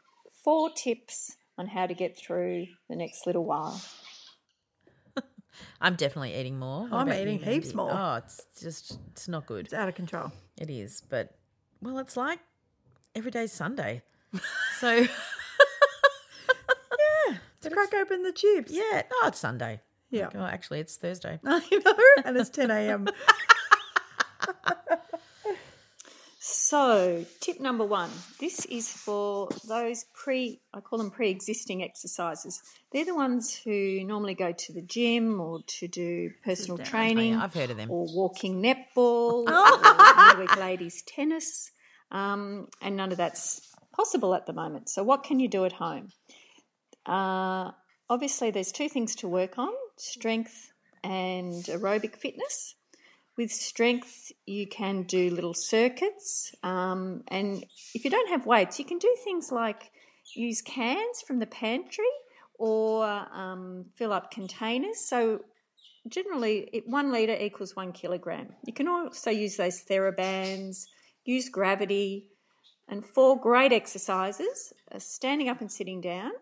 Speaker 4: four tips on how to get through the next little while.
Speaker 2: I'm definitely eating more. What
Speaker 1: I'm
Speaker 2: about you,
Speaker 1: eating heaps
Speaker 2: Mandy?
Speaker 1: more.
Speaker 2: Oh, it's just it's not good.
Speaker 1: out of control.
Speaker 2: It is, but well, it's like every day's Sunday. So yeah,
Speaker 1: To crack open the chips.
Speaker 2: yeah. Oh, it's Sunday.
Speaker 1: Yeah.
Speaker 2: Oh, actually, it's Thursday.
Speaker 1: I know. And it's 10 a.m.
Speaker 4: So, tip number one this is for those pre, I call them pre existing exercises. They're the ones who normally go to the gym or to do personal training.
Speaker 2: Oh, yeah, I've heard of them. Oh.
Speaker 4: Or walking netball, or midweek ladies tennis. Um, and none of that's possible at the moment. So, what can you do at home? Uh, obviously, there's two things to work on strength and aerobic fitness. With strength, you can do little circuits. Um, and if you don't have weights, you can do things like use cans from the pantry or um, fill up containers. So generally it, one litre equals one kilogram. You can also use those therabands, use gravity, and four great exercises are standing up and sitting down,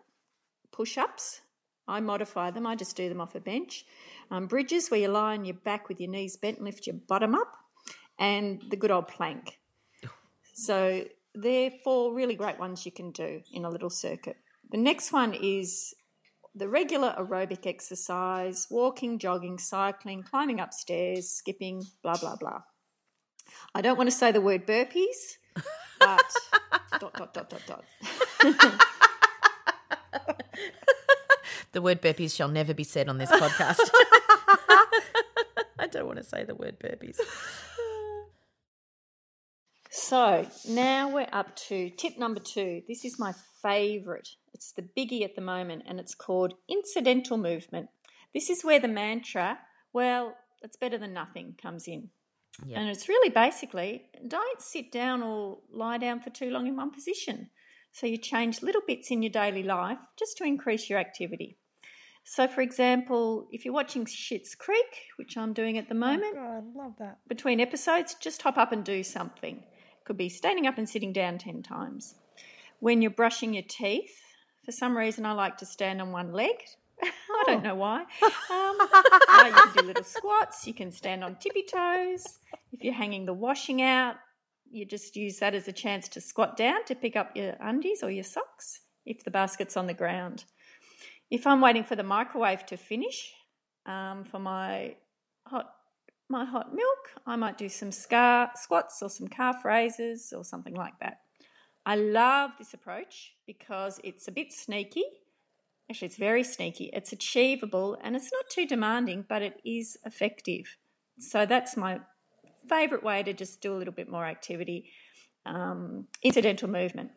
Speaker 4: push ups. I modify them, I just do them off a bench. Um, bridges, where you lie on your back with your knees bent and lift your bottom up, and the good old plank. So they're four really great ones you can do in a little circuit. The next one is the regular aerobic exercise, walking, jogging, cycling, climbing upstairs, skipping, blah, blah, blah. I don't want to say the word burpees, but dot, dot, dot, dot, dot.
Speaker 2: The word burpees shall never be said on this podcast. I don't want to say the word burpees.
Speaker 4: So now we're up to tip number two. This is my favourite. It's the biggie at the moment, and it's called incidental movement. This is where the mantra, well, that's better than nothing comes in. And it's really basically don't sit down or lie down for too long in one position. So you change little bits in your daily life just to increase your activity. So, for example, if you're watching Shit's Creek, which I'm doing at the moment,
Speaker 6: Oh love that.
Speaker 4: between episodes, just hop up and do something. Could be standing up and sitting down 10 times. When you're brushing your teeth, for some reason I like to stand on one leg. I don't know why. Um, uh, you can do little squats, you can stand on tippy toes. If you're hanging the washing out, you just use that as a chance to squat down to pick up your undies or your socks if the basket's on the ground. If I'm waiting for the microwave to finish um, for my hot my hot milk, I might do some scar squats or some calf raises or something like that. I love this approach because it's a bit sneaky. Actually, it's very sneaky. It's achievable and it's not too demanding, but it is effective. So that's my favorite way to just do a little bit more activity, um, incidental movement.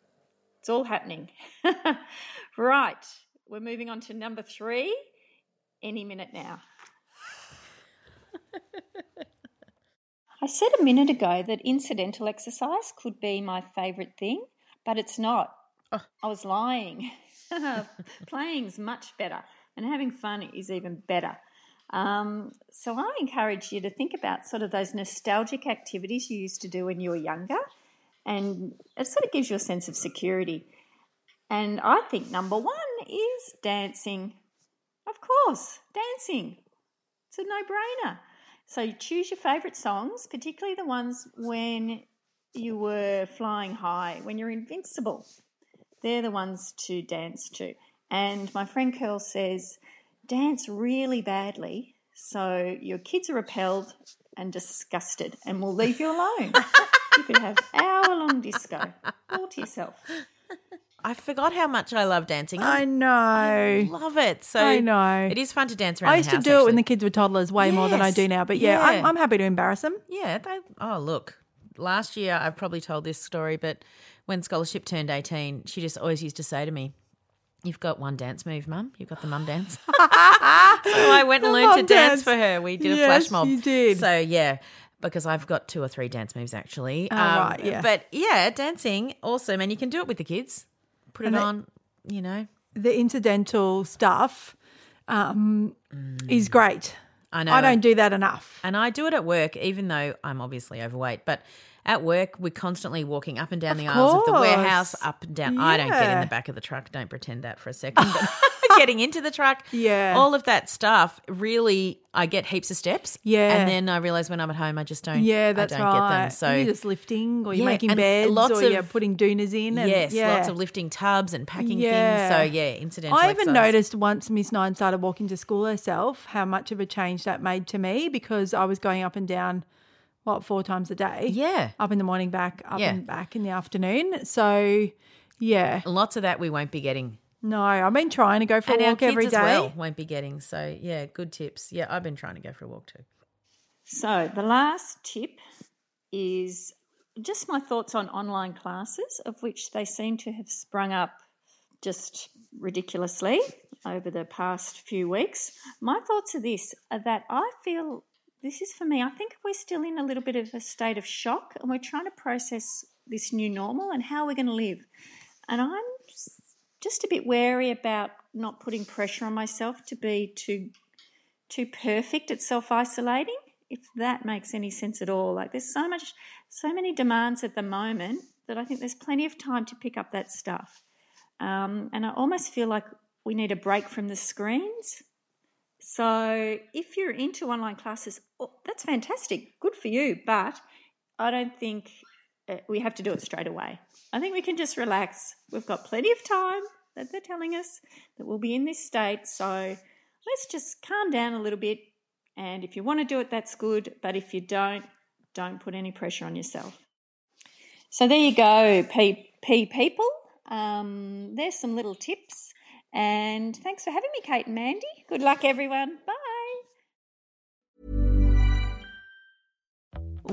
Speaker 4: It's all happening. right, we're moving on to number three any minute now. I said a minute ago that incidental exercise could be my favourite thing, but it's not. I was lying. Playing's much better, and having fun is even better. Um, so I encourage you to think about sort of those nostalgic activities you used to do when you were younger, and it sort of gives you a sense of security. And I think number one is dancing. Of course, dancing. It's a no brainer. So you choose your favourite songs, particularly the ones when you were flying high, when you're invincible. They're the ones to dance to. And my friend Curl says, dance really badly so your kids are repelled and disgusted and will leave you alone. you could have hour long disco all to yourself.
Speaker 2: I forgot how much I love dancing.
Speaker 1: I know.
Speaker 2: love it. So
Speaker 1: I know.
Speaker 2: It is fun to dance around.
Speaker 1: I
Speaker 2: the
Speaker 1: used to
Speaker 2: house,
Speaker 1: do it when the
Speaker 2: actually.
Speaker 1: kids were toddlers way more than I
Speaker 2: Yes.
Speaker 1: do now. But yeah, I'm,
Speaker 2: Yeah.
Speaker 1: I'm happy to embarrass them.
Speaker 2: Yeah, they. Oh, look. Last year, I've probably told this story, but when scholarship turned eighteen, she just always used to say to me, "You've got one dance move, Mum. You've got the mum dance." so I went and
Speaker 1: The
Speaker 2: learned to
Speaker 1: mum
Speaker 2: dance.
Speaker 1: dance.
Speaker 2: for her. We did a
Speaker 1: Yes,
Speaker 2: flash mob.
Speaker 1: you did.
Speaker 2: So yeah. Because I've got two or three dance moves actually. Oh,
Speaker 1: right, yeah.
Speaker 2: But yeah, dancing awesome, and you can do it with the kids. Put it on, you know.
Speaker 1: The incidental stuff um, is great.
Speaker 2: Mm. I know.
Speaker 1: I don't do that enough.
Speaker 2: And I do it at work, even though I'm obviously overweight. But at work, we're constantly walking up and down the aisles of the
Speaker 1: course.
Speaker 2: warehouse, up and down. I don't get in
Speaker 1: Yeah.
Speaker 2: the back of the truck. Don't pretend that for a second. But getting into the truck,
Speaker 1: Yeah.
Speaker 2: all of that stuff. Really, I get heaps of steps.
Speaker 1: Yeah.
Speaker 2: and then I realize when I'm at home, I just don't.
Speaker 1: Yeah, that's
Speaker 2: I don't
Speaker 1: right.
Speaker 2: get them. So
Speaker 1: you're just lifting, or
Speaker 2: Yeah,
Speaker 1: you're making
Speaker 2: and
Speaker 1: beds,
Speaker 2: lots
Speaker 1: or you're
Speaker 2: of-
Speaker 1: putting doonas in. And,
Speaker 2: yes,
Speaker 1: yeah.
Speaker 2: lots of lifting tubs and packing
Speaker 1: Yeah.
Speaker 2: things. So yeah, incidental.
Speaker 1: I even
Speaker 2: exercise.
Speaker 1: noticed once Miss Nine started walking to school herself how much of a change that made to me because I was going up and down, what, four times a day?
Speaker 2: Yeah.
Speaker 1: Up in the morning, back, up
Speaker 2: Yeah.
Speaker 1: and back in the afternoon. So, yeah.
Speaker 2: Lots of that we won't be getting.
Speaker 1: No, I've been trying to go for
Speaker 2: and
Speaker 1: a
Speaker 2: our
Speaker 1: walk
Speaker 2: kids
Speaker 1: every
Speaker 2: as
Speaker 1: day.
Speaker 2: well won't be getting. So yeah, good tips. Yeah, I've been trying to go for a walk too.
Speaker 4: So, the last tip is just my thoughts on online classes, of which they seem to have sprung up just ridiculously over the past few weeks. My thoughts are this are that I feel this is for me, I think we're still in a little bit of a state of shock and we're trying to process this new normal and how we're going to live. And I'm s- just a bit wary about not putting pressure on myself to be too too perfect at self isolating, if that makes any sense at all. Like there's so much, so many demands at the moment that I think there's plenty of time to pick up that stuff. Um, and I almost feel like we need a break from the screens. So if you're into online classes, oh, that's fantastic, good for you. But I don't think uh, we have to do it straight away. I think we can just relax. We've got plenty of time that they're telling us that we'll be in this state. So let's just calm down a little bit. And if you want to do it, that's good. But if you don't, don't put any pressure on yourself. So there you go, P, P people. Um, there's some little tips. And thanks for having me, Kate and Mandy. Good luck, everyone. Bye.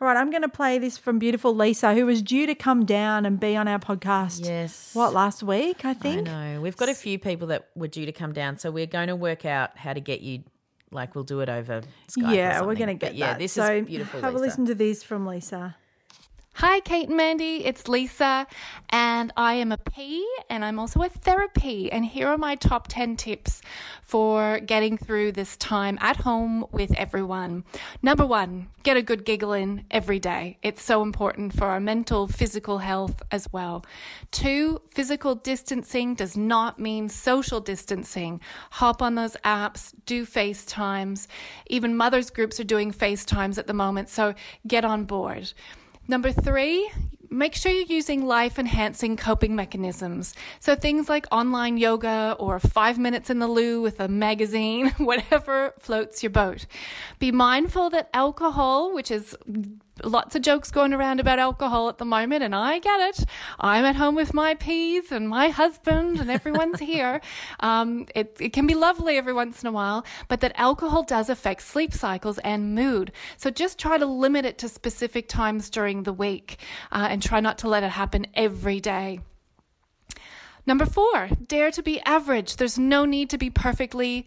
Speaker 1: All right, I'm going to play this from beautiful Lisa, who was due to come down and be on our podcast.
Speaker 2: Yes.
Speaker 1: What, last week, I think?
Speaker 2: I know. We've got a few people that were due to come down, so we're going to work out how to get you. Like we'll do it over Skype.
Speaker 1: yeah,
Speaker 2: or
Speaker 1: we're going to
Speaker 2: something. But
Speaker 1: get
Speaker 2: yeah.
Speaker 1: that.
Speaker 2: This
Speaker 1: so
Speaker 2: is beautiful.
Speaker 1: Have a
Speaker 2: Lisa.
Speaker 1: listen to these from Lisa.
Speaker 7: Hi, Kate and Mandy. It's Lisa, and I am a P and I'm also a therapy. And here are my top 10 tips for getting through this time at home with everyone. Number one, get a good giggle in every day. It's so important for our mental, physical health as well. Two, physical distancing does not mean social distancing. Hop on those apps, do FaceTimes. Even mothers' groups are doing FaceTimes at the moment, so get on board. Number three, make sure you're using life enhancing coping mechanisms. So things like online yoga or five minutes in the loo with a magazine, whatever floats your boat. Be mindful that alcohol, which is lots of jokes going around about alcohol at the moment, and I get it. I'm at home with my peas and my husband, and everyone's here. Um, it, it can be lovely every once in a while, but that alcohol does affect sleep cycles and mood. So just try to limit it to specific times during the week uh, and try not to let it happen every day. Number four, dare to be average. There's no need to be perfectly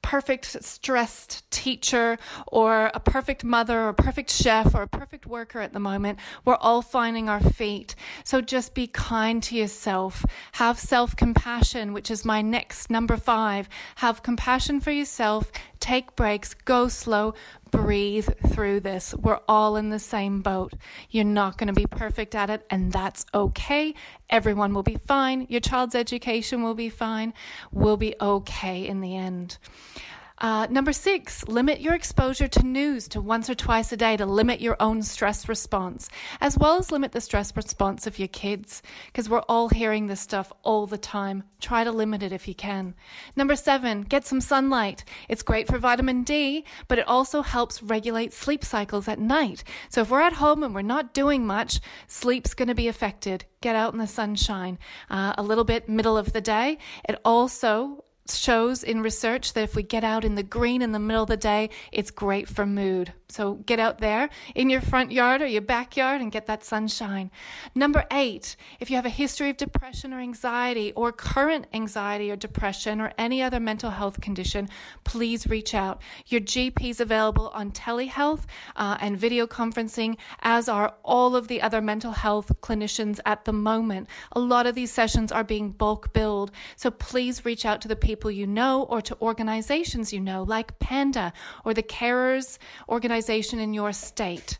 Speaker 7: perfect stressed teacher or a perfect mother or a perfect chef or a perfect worker at the moment. We're all finding our feet. So just be kind to yourself. Have self compassion, which is my next number five. Have compassion for yourself. Take breaks. Go slow. Breathe through this. We're all in the same boat. You're not going to be perfect at it, and that's okay. Everyone will be fine. Your child's education will be fine. We'll be okay in the end. Uh, number six, limit your exposure to news to once or twice a day to limit your own stress response, as well as limit the stress response of your kids, because we're all hearing this stuff all the time. Try to limit it if you can. Number seven, get some sunlight. It's great for vitamin D, but it also helps regulate sleep cycles at night. So if we're at home and we're not doing much, sleep's going to be affected. Get out in the sunshine uh, a little bit middle of the day. It also shows in research that if we get out in the green in the middle of the day, it's great for mood. So get out there in your front yard or your backyard and get that sunshine. Number eight, if you have a history of depression or anxiety or current anxiety or depression or any other mental health condition, please reach out. Your GP is available on telehealth uh, and video conferencing, as are all of the other mental health clinicians at the moment. A lot of these sessions are being bulk billed. So please reach out to the people you know or to organizations you know, like PANDA or the carers organization in your state.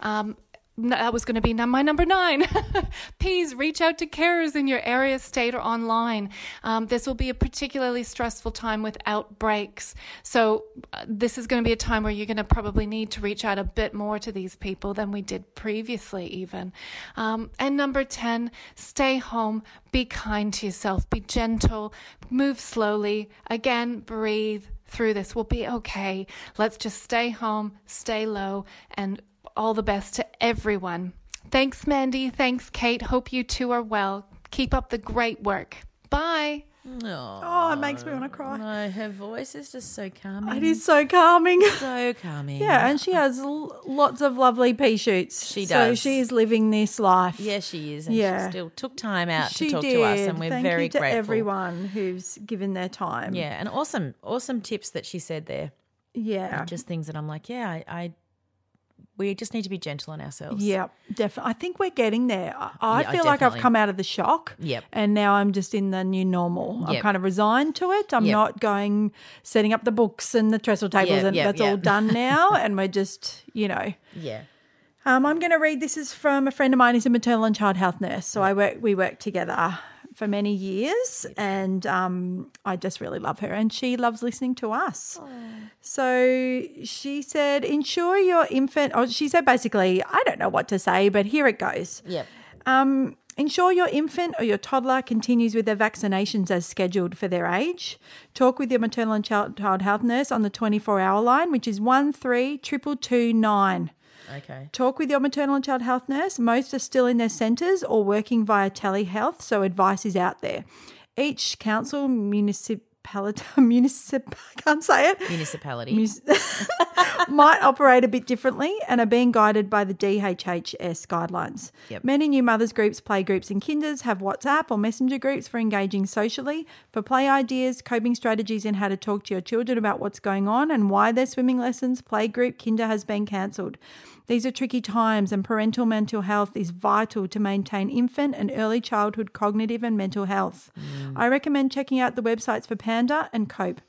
Speaker 7: Um, no, that was going to be num- my number nine. Please reach out to carers in your area, state, or online. Um, this will be a particularly stressful time without breaks. So, uh, this is going to be a time where you're going to probably need to reach out a bit more to these people than we did previously, even. Um, and number 10, stay home, be kind to yourself, be gentle, move slowly. Again, breathe through this. We'll be okay. Let's just stay home, stay low, and all the best to everyone. Thanks, Mandy. Thanks, Kate. Hope you two are well. Keep up the great work. Bye.
Speaker 1: Oh, it makes me want to cry.
Speaker 2: No, her voice is just so calming.
Speaker 1: It is so calming.
Speaker 2: so calming.
Speaker 1: Yeah, and she has l- lots of lovely pea shoots.
Speaker 2: She
Speaker 1: So
Speaker 2: does.
Speaker 1: she is living this life.
Speaker 2: Yeah, she is. And
Speaker 1: Yeah.
Speaker 2: she still took time out
Speaker 1: she
Speaker 2: to talk
Speaker 1: did.
Speaker 2: to us, and we're
Speaker 1: Thank
Speaker 2: very
Speaker 1: you to
Speaker 2: grateful.
Speaker 1: everyone who's given their time.
Speaker 2: Yeah, and awesome, awesome tips that she said there.
Speaker 1: yeah.
Speaker 2: Just things that I'm like, yeah, I, I We just need to be gentle on ourselves.
Speaker 1: Yeah, definitely. I think we're getting there. I, I
Speaker 2: Yeah,
Speaker 1: feel like I've
Speaker 2: definitely.
Speaker 1: come out of the shock.
Speaker 2: Yep.
Speaker 1: And now I'm just in the new normal. I'm
Speaker 2: Yep.
Speaker 1: kind of resigned to it. I'm
Speaker 2: Yep.
Speaker 1: not going setting up the books and the trestle tables,
Speaker 2: Yeah,
Speaker 1: and
Speaker 2: yeah,
Speaker 1: that's
Speaker 2: yeah.
Speaker 1: all done now. and we're just, you know.
Speaker 2: Yeah.
Speaker 1: Um, I'm going to read. This is from a friend of mine who's a maternal and child health nurse. So I work. We worked together for many years, and um, I just really love her, and she loves listening to us. So she said, "Ensure your infant." Oh, she said basically, "I don't know what to say, but here it goes."
Speaker 2: Yep.
Speaker 1: Um, ensure your infant or your toddler continues with their vaccinations as scheduled for their age. Talk with your maternal and child, child health nurse on the 24 hour line, which is 132229.
Speaker 2: Okay.
Speaker 1: Talk with your maternal and child health nurse. Most are still in their centres or working via telehealth, so advice is out there. Each council, municipality, municipal, I can't say it,
Speaker 2: Municipality.
Speaker 1: mus- might operate a bit differently and are being guided by the DHHS guidelines.
Speaker 2: Yep.
Speaker 1: Many new mothers groups, play groups, and kinders have WhatsApp or messenger groups for engaging socially, for play ideas, coping strategies, and how to talk to your children about what's going on and why their swimming lessons, play group, kinder has been cancelled. These are tricky times, and parental mental health is vital to maintain infant and early childhood cognitive and mental health. I recommend checking out the websites for Panda and Cope.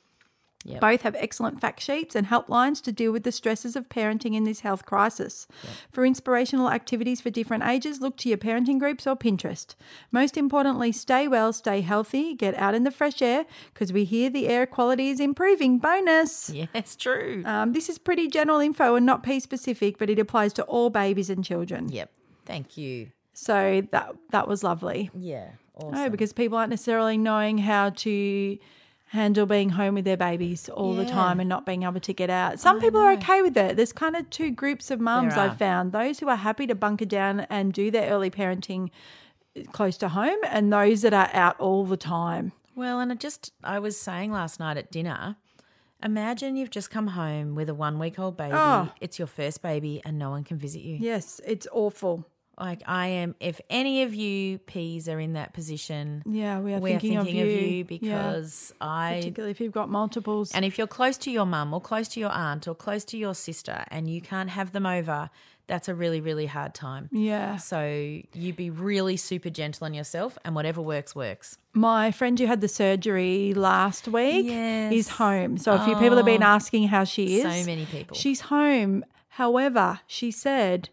Speaker 1: Both have excellent fact sheets and helplines to deal with the stresses of parenting in this health crisis. For inspirational activities for different ages, look to your parenting groups or Pinterest. Most importantly, stay well, stay healthy, get out in the fresh air because we hear the air quality is improving. Bonus!
Speaker 2: yeah, it's true.
Speaker 1: Um, this is pretty general info and not pea specific, but it applies to all babies and children.
Speaker 2: yep. Thank you.
Speaker 1: So that that was lovely.
Speaker 2: Yeah. Awesome.
Speaker 1: No, because people aren't necessarily knowing how to handle being home with their babies all the
Speaker 2: Yeah.
Speaker 1: time and not being able to get out. Some people are okay with it. There's kind of two groups of mums
Speaker 2: There
Speaker 1: I've
Speaker 2: are.
Speaker 1: found those who are happy to bunker down and do their early parenting close to home, and those that are out all the time.
Speaker 2: Well, and I just I was saying last night at dinner, imagine you've just come home with a one week old baby.
Speaker 1: Oh.
Speaker 2: It's your first baby and no one can visit you.
Speaker 1: Yes, it's awful.
Speaker 2: Like I am if any of you peas are in that position,
Speaker 1: Yeah, we are
Speaker 2: we're
Speaker 1: thinking,
Speaker 2: thinking, of, you.
Speaker 1: Yeah.
Speaker 2: because I
Speaker 1: particularly if you've got multiples.
Speaker 2: and if you're close to your mum or close to your aunt or close to your sister and you can't have them over, that's a really, really hard time.
Speaker 1: yeah.
Speaker 2: So you be really super gentle on yourself and whatever works works.
Speaker 1: My friend who had the surgery last week is
Speaker 2: Yes. Oh.
Speaker 1: home. So a few people have been asking how she is.
Speaker 2: So many people.
Speaker 1: She's home. However, she said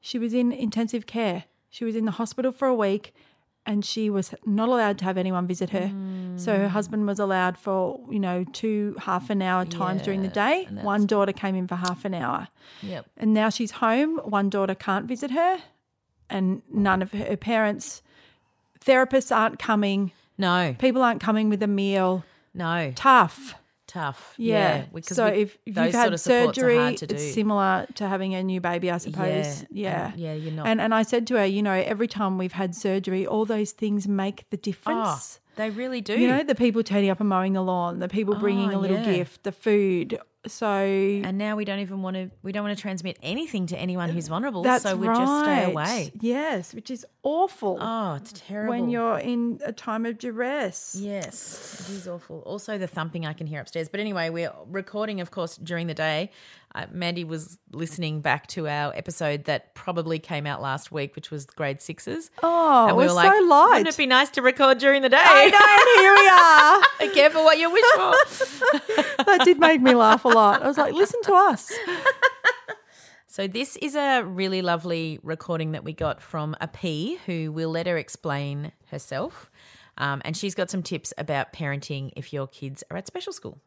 Speaker 1: she was in intensive care. She was in the hospital for a week and she was not allowed to have anyone visit her. So her husband was allowed for, you know, two half an hour times during the day. One daughter came in for half an hour.
Speaker 2: Yep.
Speaker 1: And now she's home. One daughter can't visit her and none of her parents therapists aren't coming
Speaker 2: No.
Speaker 1: people aren't coming with a meal.
Speaker 2: No.
Speaker 1: Tough.
Speaker 2: tough.
Speaker 1: Yeah.
Speaker 2: Because
Speaker 1: so
Speaker 2: we-
Speaker 1: if, if
Speaker 2: those
Speaker 1: you've had
Speaker 2: sort of supports are
Speaker 1: surgery,
Speaker 2: hard to do.
Speaker 1: it's similar to having a new baby, I suppose. Yeah.
Speaker 2: Yeah, and- yeah, you're not-
Speaker 1: And, and I said to her, you know, every time we've had surgery, all those things make the
Speaker 2: Oh,
Speaker 1: difference.
Speaker 2: they really do.
Speaker 1: You know, the people turning up and mowing the lawn, the people bringing
Speaker 2: Oh,
Speaker 1: a little
Speaker 2: yeah.
Speaker 1: gift, the food. So
Speaker 2: and now we don't even want to. We don't want to transmit anything to anyone who's vulnerable.
Speaker 1: Uh, that's
Speaker 2: so we
Speaker 1: right.
Speaker 2: just stay away.
Speaker 1: Yes, which is awful
Speaker 2: Oh, it's terrible.
Speaker 1: when you're in a time of duress.
Speaker 2: Yes, it is awful. Also, the thumping I can hear upstairs. But anyway, we're recording, of course, during the day. Uh, Mandy was listening back to our episode that probably came out last week, which was grade sixes.
Speaker 1: Oh,
Speaker 2: and we
Speaker 1: we're
Speaker 2: were like,
Speaker 1: so light.
Speaker 2: wouldn't it be nice to record during the day?
Speaker 1: I know, here we are.
Speaker 2: Be careful what you wish for.
Speaker 1: that did make me laugh a lot. I was like, listen to us.
Speaker 2: So this is a really lovely recording that we got from a P who will let her explain herself. Um, and she's got some tips about parenting if your kids are at special school.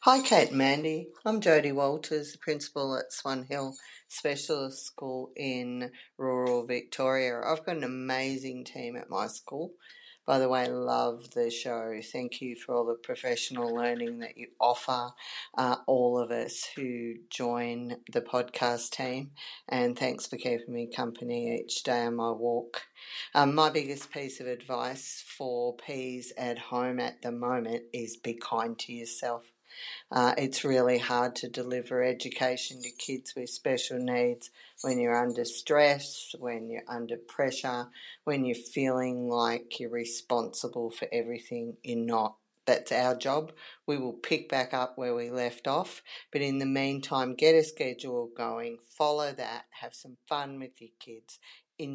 Speaker 8: Hi, Kate and Mandy. I'm Jodie Walters, the principal at Swan Hill Specialist School in rural Victoria. I've got an amazing team at my school. By the way, love the show. Thank you for all the professional learning that you offer uh, all of us who join the podcast team. And thanks for keeping me company each day on my walk. Um, my biggest piece of advice for P's at home at the moment is be kind to yourself. Uh, it's really hard to deliver education to kids with special needs when you're under stress, when you're under pressure, when you're feeling like you're responsible for everything. You're not. That's our job. We will pick back up where we left off. But in the meantime, get a schedule going, follow that, have some fun with your kids,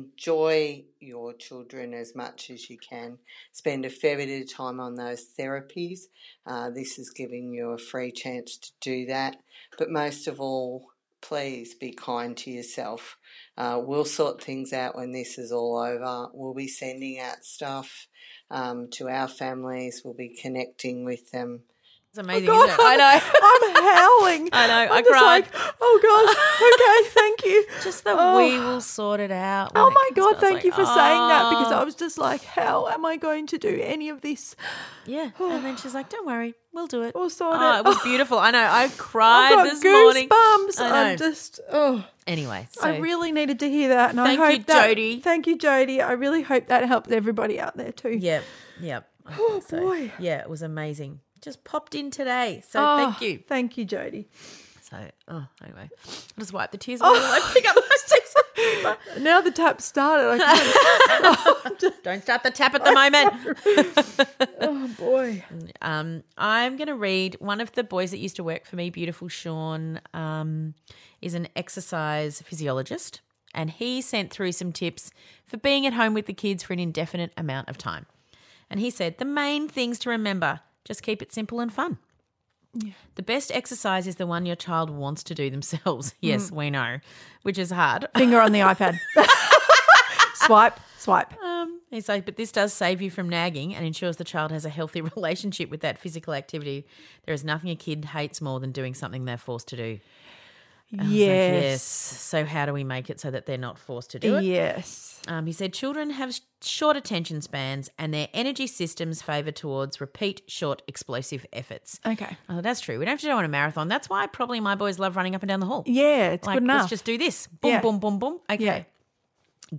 Speaker 8: enjoy your children as much as you can, spend a fair bit of time on those therapies. Uh, this is giving you a free chance to do that. But most of all, please be kind to yourself. Uh, we'll sort things out when this is all over. We'll be sending out stuff um, to our families, we'll be connecting with them.
Speaker 2: It's amazing, isn't it? I know.
Speaker 1: I'm howling.
Speaker 2: I know,
Speaker 1: Oh, I'm
Speaker 2: I
Speaker 1: just
Speaker 2: cried.
Speaker 1: like, oh gosh. Okay, thank you.
Speaker 2: Just the
Speaker 1: Oh.
Speaker 2: we will sort it out. when
Speaker 1: Oh
Speaker 2: it
Speaker 1: my
Speaker 2: comes
Speaker 1: god,
Speaker 2: out. It's
Speaker 1: thank
Speaker 2: like,
Speaker 1: you for saying that because
Speaker 2: "Oh."
Speaker 1: I was just like, how am I going to do any of this?
Speaker 2: Yeah. And then she's like, don't worry, we'll do it.
Speaker 1: We'll sort
Speaker 2: oh,
Speaker 1: it.
Speaker 2: it was beautiful. I know. I cried
Speaker 1: I've got
Speaker 2: this morning.
Speaker 1: goosebumps.
Speaker 2: I know.
Speaker 1: I'm just oh
Speaker 2: anyway, so
Speaker 1: I really needed to hear that and
Speaker 2: Thank you,
Speaker 1: I hope that,
Speaker 2: Jodie.
Speaker 1: Thank you, Jody. I really hope that helped everybody out there too.
Speaker 2: Yeah. Yeah. I
Speaker 1: Oh,
Speaker 2: think so.
Speaker 1: boy.
Speaker 2: Yeah, it was amazing. Just popped in today. So
Speaker 1: Oh,
Speaker 2: thank you.
Speaker 1: Thank you, Jody.
Speaker 2: So, oh, anyway, I'll just wipe the tears away. while I pick up those tears. of paper.
Speaker 1: Oh. Now the tap started. I can't,
Speaker 2: Don't start the tap at the moment.
Speaker 1: oh boy.
Speaker 2: Um, I'm going to read one of the boys that used to work for me, beautiful Sean, um, is an exercise physiologist, and he sent through some tips for being at home with the kids for an indefinite amount of time. And he said the main things to remember: just keep it simple and fun. The best exercise is the one your child wants to do themselves. Yes, we know, which is hard.
Speaker 1: Mm. Finger on the iPad. swipe, swipe.
Speaker 2: Um, he's like, but this does save you from nagging and ensures the child has a healthy relationship with that physical activity. There is nothing a kid hates more than doing something they're forced to do. I was like, yes.
Speaker 1: Yes.
Speaker 2: So how do we make it so that they're not forced to do it?
Speaker 1: Yes.
Speaker 2: Um, he said children have sh- short attention spans and their energy systems favour towards repeat, short, explosive efforts.
Speaker 1: Okay.
Speaker 2: Oh, that's true. We don't have to do it on a marathon. That's why probably my boys love running up and down the hall.
Speaker 1: Yeah, it's
Speaker 2: like,
Speaker 1: good enough.
Speaker 2: Let's just do this. Boom,
Speaker 1: Yeah.
Speaker 2: boom, boom, boom. Okay.
Speaker 1: Yeah.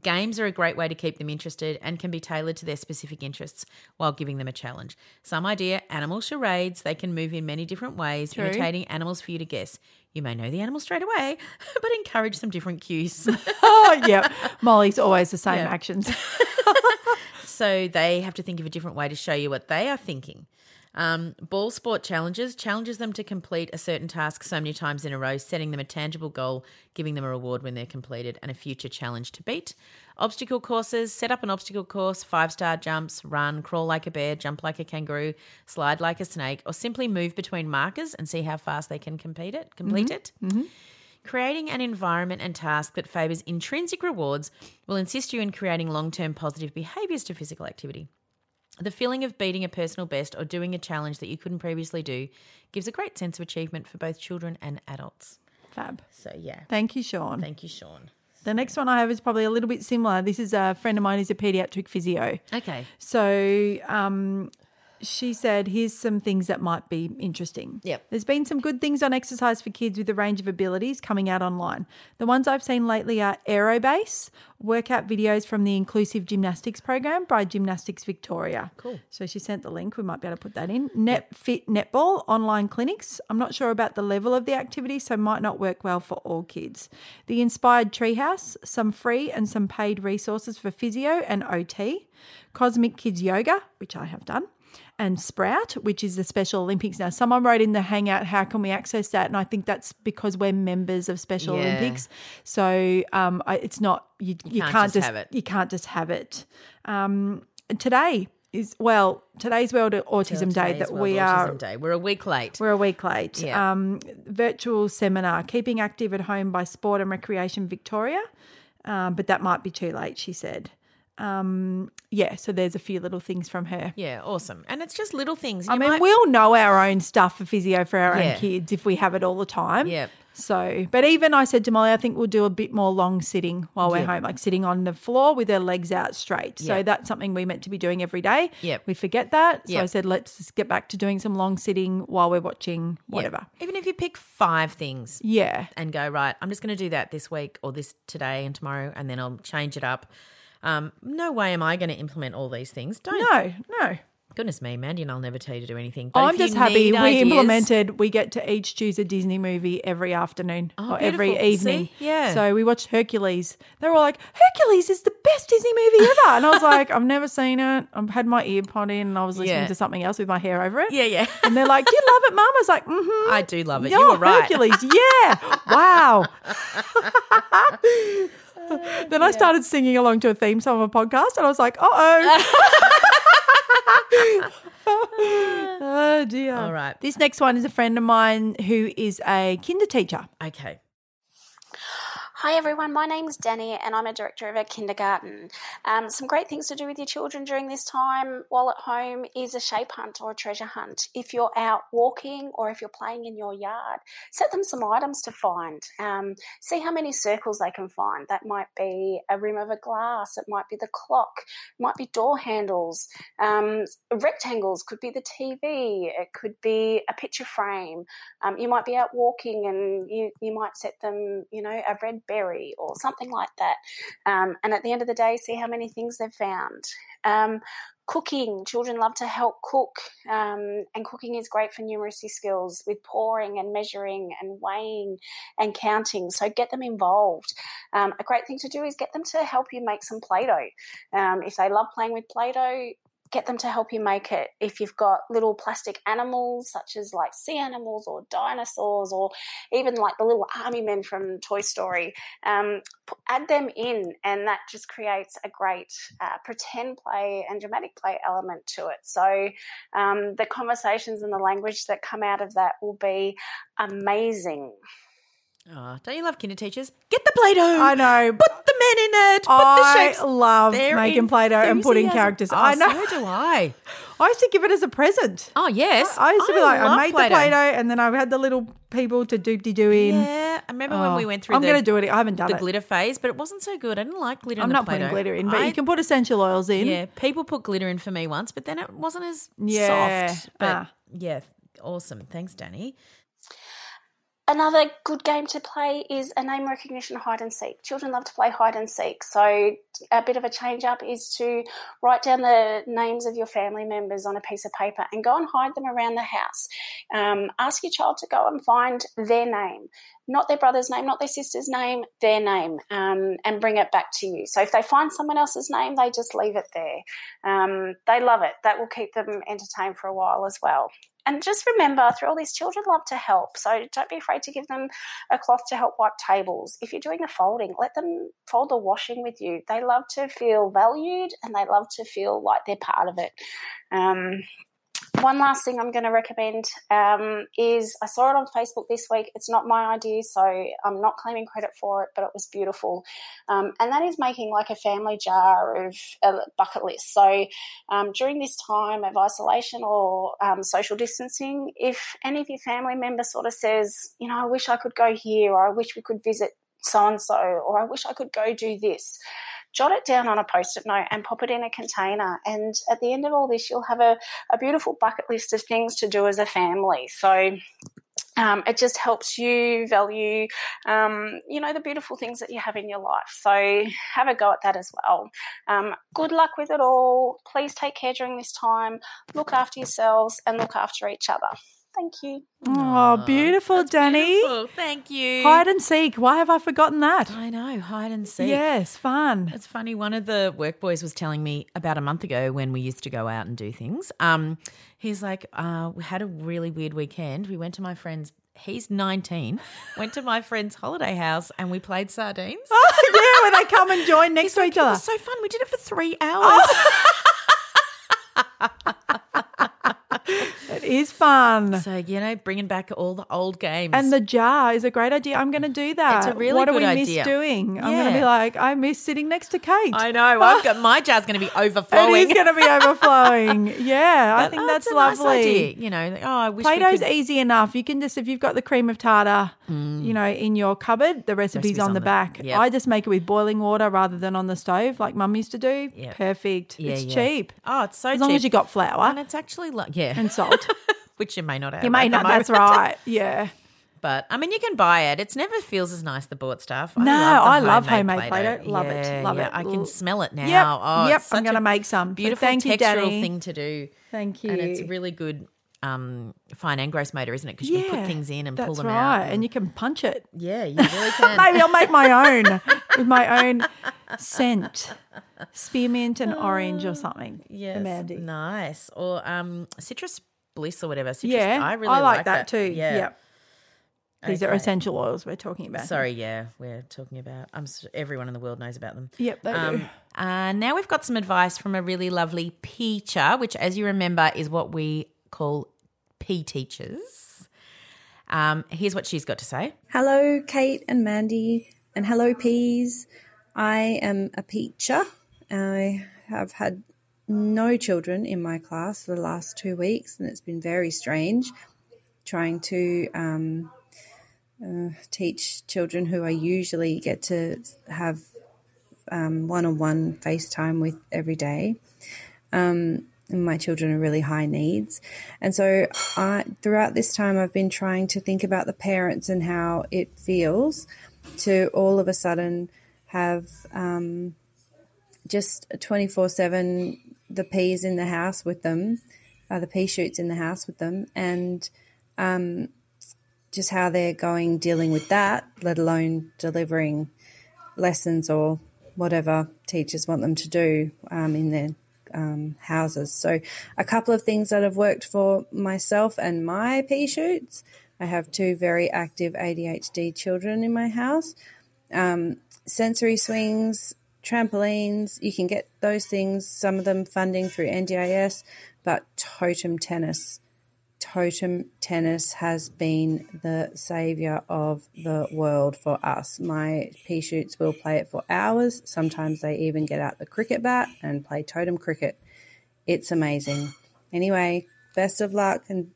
Speaker 2: Games are a great way to keep them interested and can be tailored to their specific interests while giving them a challenge. Some idea, animal charades, they can move in many different ways,
Speaker 1: True.
Speaker 2: imitating animals for you to guess. You may know the animal straight away, but encourage some different cues.
Speaker 1: oh yeah. Molly's always the same
Speaker 2: Yeah.
Speaker 1: actions.
Speaker 2: so they have to think of a different way to show you what they are thinking. Um, ball sport challenges challenges them to complete a certain task so many times in a row, setting them a tangible goal, giving them a reward when they're completed, and a future challenge to beat. Obstacle courses set up an obstacle course, five star jumps, run, crawl like a bear, jump like a kangaroo, slide like a snake, or simply move between markers and see how fast they can compete it. Complete it. Creating an environment and task that favours intrinsic rewards will insist you in creating long term positive behaviours to physical activity. The feeling of beating a personal best or doing a challenge that you couldn't previously do gives a great sense of achievement for both children and adults.
Speaker 1: Fab.
Speaker 2: So, yeah.
Speaker 1: Thank you, Sean.
Speaker 2: Thank you, Sean.
Speaker 1: The next one I have is probably a little bit similar. This is a friend of mine who's a pediatric physio.
Speaker 2: Okay.
Speaker 1: So um, she said, here's some things that might be interesting.
Speaker 2: Yep.
Speaker 1: There's been some good things on exercise for kids with a range of abilities coming out online. The ones I've seen lately are Aerobase, workout videos from the Inclusive Gymnastics Program by Gymnastics Victoria. Cool. So she sent the link. We might be able to put that in. Net Fit Netball, online clinics. I'm not sure about the level of the activity, so might not work well for all kids. The Inspired Treehouse, some free and some paid resources for physio and OT. Cosmic Kids Yoga, which I have done, and Sprout, which is the Special Olympics. Now, someone wrote in the Hangout, how can we access that? And I think that's because we're members of Special
Speaker 2: Yeah.
Speaker 1: Olympics. So um, I, it's not, you, you, can't,
Speaker 2: can't just
Speaker 1: just
Speaker 2: have it.
Speaker 1: You can't just have it. Um, and today is, well, today's World Autism Day
Speaker 2: Today
Speaker 1: that
Speaker 2: is
Speaker 1: we
Speaker 2: World Autism
Speaker 1: are
Speaker 2: Day. We're a week late.
Speaker 1: we're a week late.
Speaker 2: Yeah.
Speaker 1: Um, virtual seminar, Keeping Active at Home by Sport and Recreation Victoria. Um, but that might be too late, she said. Um, yeah, so there's a few little things from her.
Speaker 2: yeah, awesome. And it's just little things.
Speaker 1: I
Speaker 2: You
Speaker 1: mean,
Speaker 2: might-
Speaker 1: we all know our own stuff for physio for our
Speaker 2: Yeah.
Speaker 1: own kids if we have it all the time.
Speaker 2: Yep.
Speaker 1: So, but even I said to Molly, I think we'll do a bit more long sitting while we're home, like sitting on the floor with our legs out straight. So
Speaker 2: Yep.
Speaker 1: that's something we meant to be doing every day.
Speaker 2: Yep.
Speaker 1: We forget that. So I
Speaker 2: Yep.
Speaker 1: said, let's just get back to doing some long sitting while we're watching
Speaker 2: yeah.
Speaker 1: whatever.
Speaker 2: Even if you pick five things,
Speaker 1: Yeah.
Speaker 2: and go right i'm just going to do that this week or this today and tomorrow and then i'll change it up um, no way am i going to implement all these things don't
Speaker 1: No, no.
Speaker 2: Goodness me, Mandy and I'll never tell you to do anything. But
Speaker 1: I'm
Speaker 2: if you
Speaker 1: just happy
Speaker 2: need
Speaker 1: we
Speaker 2: ideas-
Speaker 1: implemented. We get to each choose a Disney movie every afternoon
Speaker 2: Oh,
Speaker 1: or every
Speaker 2: beautiful. See?
Speaker 1: evening.
Speaker 2: Yeah.
Speaker 1: So we watched Hercules. They were all like, "Hercules is the best Disney movie ever," and I was like, "I've never seen it. I've had my ear pod in, and I was listening
Speaker 2: Yeah.
Speaker 1: to something else with my hair over it."
Speaker 2: Yeah, yeah.
Speaker 1: And they're like, "Do you love it, Mum?" I was like, "Mm-hmm."
Speaker 2: I do love it.
Speaker 1: Yeah,
Speaker 2: you were right.
Speaker 1: Hercules. Yeah. wow. then I started singing along to a theme song of a podcast, and I was like, "Uh oh." oh dear.
Speaker 2: All right.
Speaker 1: This next one is a friend of mine who is a kinder teacher.
Speaker 2: Okay.
Speaker 9: Hi everyone, my name's Danny and I'm a director of a kindergarten. Um, some great things to do with your children during this time while at home is a shape hunt or a treasure hunt. If you're out walking or if you're playing in your yard, set them some items to find. Um, see how many circles they can find. That might be a rim of a glass, it might be the clock, it might be door handles, um, rectangles could be the TV, it could be a picture frame. Um, you might be out walking and you, you might set them, you know, a red berry or something like that. Um, and at the end of the day, see how many things they've found. Um, cooking, children love to help cook, um, and cooking is great for numeracy skills with pouring and measuring and weighing and counting. So get them involved. Um, a great thing to do is get them to help you make some Play Doh. Um, if they love playing with Play Doh, get them to help you make it. If you've got little plastic animals, such as like sea animals or dinosaurs, or even like the little army men from Toy Story, um, p- add them in, and that just creates a great uh, pretend play and dramatic play element to it. So um, the conversations and the language that come out of that will be amazing.
Speaker 2: Oh, don't you love kinder teachers? Get the Play Doh.
Speaker 1: I know.
Speaker 2: Put the men in it. Put the
Speaker 1: I
Speaker 2: shapes.
Speaker 1: love
Speaker 2: Their
Speaker 1: making Play-Doh and putting
Speaker 2: enthusiasm.
Speaker 1: characters.
Speaker 2: Oh,
Speaker 1: I know.
Speaker 2: So do I.
Speaker 1: I used to give it as a present.
Speaker 2: Oh, yes.
Speaker 1: I used to be like, I
Speaker 2: love
Speaker 1: made the Play-Doh, and then I had the little people to doopty doo in.
Speaker 2: Yeah. I remember when
Speaker 1: Oh,
Speaker 2: we went through
Speaker 1: I'm
Speaker 2: the,
Speaker 1: going to do it. I haven't done
Speaker 2: the
Speaker 1: it.
Speaker 2: glitter phase, but it wasn't so good. I didn't like glitter in
Speaker 1: I'm
Speaker 2: the
Speaker 1: not
Speaker 2: Play-Doh.
Speaker 1: putting glitter in, but
Speaker 2: I-
Speaker 1: you can put essential oils in.
Speaker 2: Yeah, people put glitter in for me once, but then it wasn't as
Speaker 1: Yeah,
Speaker 2: soft. But
Speaker 1: ah.
Speaker 2: yeah, awesome. Thanks, Danny.
Speaker 9: Another good game to play is a name recognition hide and seek. Children love to play hide and seek, so a bit of a change up is to write down the names of your family members on a piece of paper and go and hide them around the house. Um, ask your child to go and find their name, not their brother's name, not their sister's name, their name, um, and bring it back to you. So if they find someone else's name, they just leave it there. Um, they love it. That will keep them entertained for a while as well and just remember through all these children love to help so don't be afraid to give them a cloth to help wipe tables if you're doing the folding let them fold the washing with you they love to feel valued and they love to feel like they're part of it um, one last thing I'm going to recommend um, is I saw it on Facebook this week. It's not my idea, so I'm not claiming credit for it, but it was beautiful. Um, and that is making like a family jar of a bucket list. So um, during this time of isolation or um, social distancing, if any of your family member sort of says, you know, I wish I could go here, or I wish we could visit so and so, or I wish I could go do this. Jot it down on a post it note and pop it in a container. And at the end of all this, you'll have a, a beautiful bucket list of things to do as a family. So um, it just helps you value, um, you know, the beautiful things that you have in your life. So have a go at that as well. Um, good luck with it all. Please take care during this time. Look after yourselves and look after each other. Thank you.
Speaker 1: Oh, beautiful, Danny.
Speaker 2: Beautiful. Thank you.
Speaker 1: Hide and seek. Why have I forgotten that?
Speaker 2: I know, hide and seek.
Speaker 1: Yes, fun.
Speaker 2: It's funny. One of the work boys was telling me about a month ago when we used to go out and do things. Um, he's like, uh, we had a really weird weekend. We went to my friend's. He's nineteen. went to my friend's holiday house and we played sardines.
Speaker 1: Oh, yeah, when they come and join next to each
Speaker 2: It
Speaker 1: other.
Speaker 2: was so fun. We did it for three hours.
Speaker 1: It is fun.
Speaker 2: So you know, bringing back all the old games
Speaker 1: and the jar is a great idea. I'm going to do that.
Speaker 2: a really
Speaker 1: what do
Speaker 2: good
Speaker 1: we
Speaker 2: idea.
Speaker 1: miss doing? I'm going to
Speaker 2: Yeah.
Speaker 1: be like, I miss sitting next to Kate.
Speaker 2: I know. I've got my jar's going to be overflowing.
Speaker 1: It is going to be overflowing. yeah, I
Speaker 2: But,
Speaker 1: think
Speaker 2: oh,
Speaker 1: that's
Speaker 2: it's a nice
Speaker 1: lovely.
Speaker 2: idea, You know, like, oh, I wish we
Speaker 1: Play-Doh's
Speaker 2: could-
Speaker 1: easy enough. You can just if you've got the cream of tartar, you know, in your cupboard, the recipe's,
Speaker 2: Recipe's
Speaker 1: on,
Speaker 2: on
Speaker 1: the
Speaker 2: the-
Speaker 1: back.
Speaker 2: yep.
Speaker 1: I just make it with boiling water rather than on the stove, like Mum used to do.
Speaker 2: Yep.
Speaker 1: Perfect.
Speaker 2: Yeah,
Speaker 1: it's
Speaker 2: yeah.
Speaker 1: cheap.
Speaker 2: Oh, it's so
Speaker 1: as long as
Speaker 2: cheap.
Speaker 1: you got
Speaker 2: and
Speaker 1: flour
Speaker 2: it's actually like yeah,
Speaker 1: and salt.
Speaker 2: which you may not have.
Speaker 1: you may
Speaker 2: at the
Speaker 1: not. That's
Speaker 2: moment.
Speaker 1: right. Yeah.
Speaker 2: But I mean, you can buy it. It never feels as nice the bought stuff.
Speaker 1: No,
Speaker 2: the
Speaker 1: I love homemade Play-Doh. Love it,
Speaker 2: Yeah,
Speaker 1: love
Speaker 2: yeah.
Speaker 1: it.
Speaker 2: I
Speaker 1: L-
Speaker 2: can smell it now.
Speaker 1: Yep,
Speaker 2: Oh,
Speaker 1: yep,
Speaker 2: it's
Speaker 1: I'm
Speaker 2: such
Speaker 1: gonna
Speaker 2: a
Speaker 1: make some. But
Speaker 2: beautiful
Speaker 1: thank you,
Speaker 2: textural
Speaker 1: Daddy.
Speaker 2: thing to do.
Speaker 1: Thank
Speaker 2: And it's
Speaker 1: you.
Speaker 2: really good. Um, fine engross motor, isn't it? Because you can put things in and pull
Speaker 1: that's
Speaker 2: them
Speaker 1: right.
Speaker 2: out.
Speaker 1: and you can punch it.
Speaker 2: yeah, you really can.
Speaker 1: Maybe I'll make my own with my own scent, spearmint and orange or something.
Speaker 2: Yes,
Speaker 1: Mandy.
Speaker 2: nice. Or um, citrus bliss or whatever. Citrus,
Speaker 1: yeah,
Speaker 2: I really
Speaker 1: like, that, too.
Speaker 2: Yeah.
Speaker 1: Yep. These are
Speaker 2: Okay.
Speaker 1: essential oils we're talking about.
Speaker 2: Sorry, yeah, we're talking about. I'm s- everyone in the world knows about them.
Speaker 1: Yep, they do.
Speaker 2: Uh, now we've got some advice from a really lovely peacher, which, as you remember, is what we call pea teachers. Um, here's what she's got to say.
Speaker 10: Hello, Kate and Mandy, and hello, peas. I am a peacher. I have had no children in my class for the last two weeks, and it's been very strange trying to um, uh, teach children who I usually get to have one on one um, FaceTime with every day. Um, and my children are really high needs. And so I, throughout this time, I've been trying to think about the parents and how it feels to all of a sudden have um, just 24 7 the peas in the house with them, uh, the pea shoots in the house with them, and um, just how they're going dealing with that, let alone delivering lessons or whatever teachers want them to do um, in their um, houses. So, a couple of things that have worked for myself and my pea shoots. I have two very active ADHD children in my house. Um, sensory swings, trampolines, you can get those things, some of them funding through NDIS, but totem tennis. Totem tennis has been the savior of the world for us. My pea shoots will play it for hours. Sometimes they even get out the cricket bat and play totem cricket. It's amazing. Anyway, best of luck and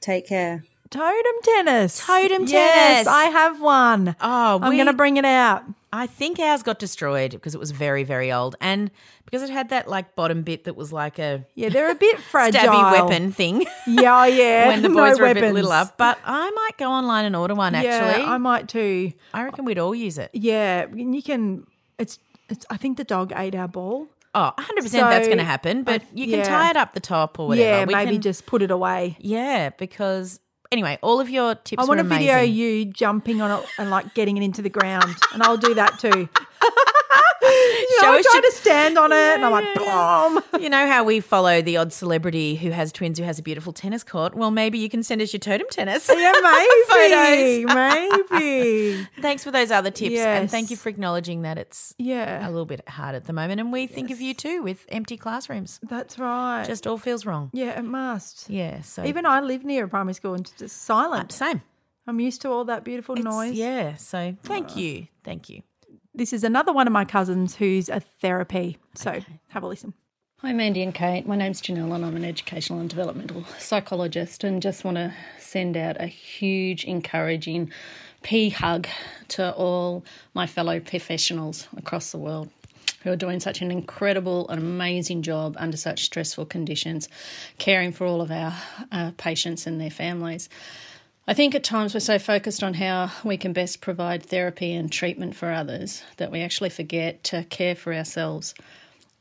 Speaker 10: take care.
Speaker 1: Totem tennis.
Speaker 2: Totem tennis.
Speaker 1: Yes, I have one.
Speaker 2: Oh,
Speaker 1: I'm
Speaker 2: we-
Speaker 1: going to bring it out.
Speaker 2: I think ours got destroyed because it was very, very old, and because it had that like bottom bit that was like a
Speaker 1: Yeah, they're a bit fragile.
Speaker 2: stabby weapon thing.
Speaker 1: Yeah, Oh, yeah.
Speaker 2: when the
Speaker 1: No
Speaker 2: boys were a bit
Speaker 1: weapons.
Speaker 2: little up. But I might go online and order one. Actually,
Speaker 1: Yeah, I might too.
Speaker 2: I reckon we'd all use it.
Speaker 1: Yeah, and you can. It's. It's. I think the dog ate our ball.
Speaker 2: Oh, 100% that's
Speaker 1: So,
Speaker 2: going to happen, but
Speaker 1: I-
Speaker 2: you can
Speaker 1: yeah.
Speaker 2: tie it up the top or whatever.
Speaker 1: Yeah,
Speaker 2: We
Speaker 1: maybe
Speaker 2: can-
Speaker 1: just put it away.
Speaker 2: Yeah, because anyway, all of your tips
Speaker 1: I want
Speaker 2: were
Speaker 1: to video
Speaker 2: amazing.
Speaker 1: you jumping on it and like getting it into the ground, and I'll do that too. you
Speaker 2: Show
Speaker 1: know, I
Speaker 2: us
Speaker 1: try
Speaker 2: your-
Speaker 1: to stand on it, and I'm like, "Bom."
Speaker 2: You know how we follow the odd celebrity who has twins who has a beautiful tennis court? Well, maybe you can send us your totem tennis.
Speaker 1: Yeah, maybe,
Speaker 2: Photos.
Speaker 1: maybe.
Speaker 2: Thanks for those other tips. And thank you
Speaker 1: Yes.
Speaker 2: for acknowledging that it's
Speaker 1: Yeah.
Speaker 2: a little bit hard at the moment. And we think of you too with empty classrooms.
Speaker 1: That's right.
Speaker 2: Just all feels wrong.
Speaker 1: yeah, it must.
Speaker 2: Yeah. So Uh,
Speaker 1: Even I live near a primary school and it's just silent.
Speaker 2: same.
Speaker 1: I'm used to all that beautiful
Speaker 2: It's-
Speaker 1: noise.
Speaker 2: Yeah. So thank you. Thank you.
Speaker 1: This is another one of my cousins who's a therapy. So have a listen.
Speaker 3: Hi, Mandy and Kate. My name's Janelle, and I'm an educational and developmental psychologist. And just want to send out a huge, encouraging pea hug to all my fellow professionals across the world who are doing such an incredible and amazing job under such stressful conditions, caring for all of our uh, patients and their families. I think at times we're so focused on how we can best provide therapy and treatment for others that we actually forget to care for ourselves.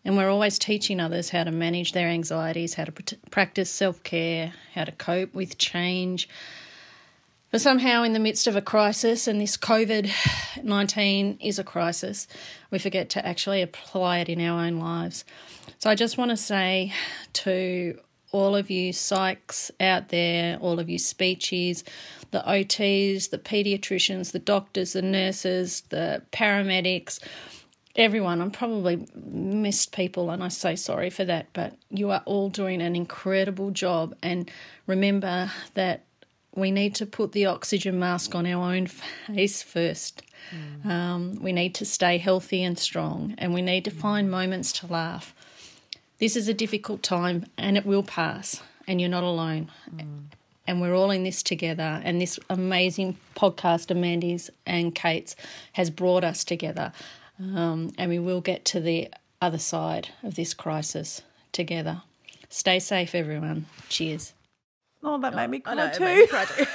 Speaker 3: And we're always teaching others how to manage their anxieties, how to pr- practice self care, how to cope with change. But somehow, in the midst of a crisis, and this COVID 19 is a crisis, we forget to actually apply it in our own lives. So I just want to say to all of you psychs out there, all of you speeches, the OTs, the paediatricians, the doctors, the nurses, the paramedics, everyone. I'm probably missed people, and I say sorry for that. But you are all doing an incredible job, and remember that we need to put the oxygen mask on our own face first. Um, we need to stay healthy and strong, and we need to find moments to laugh. This is a difficult time, and it will pass, and you're not alone. And we're all in this together. And this amazing podcast of Mandy's and Kate's has brought us together. Um, and we will get to the other side of this crisis together. Stay safe, everyone. Cheers.
Speaker 1: Oh, that made me
Speaker 2: I
Speaker 1: cry
Speaker 2: know, it
Speaker 1: too.
Speaker 2: made me cry too.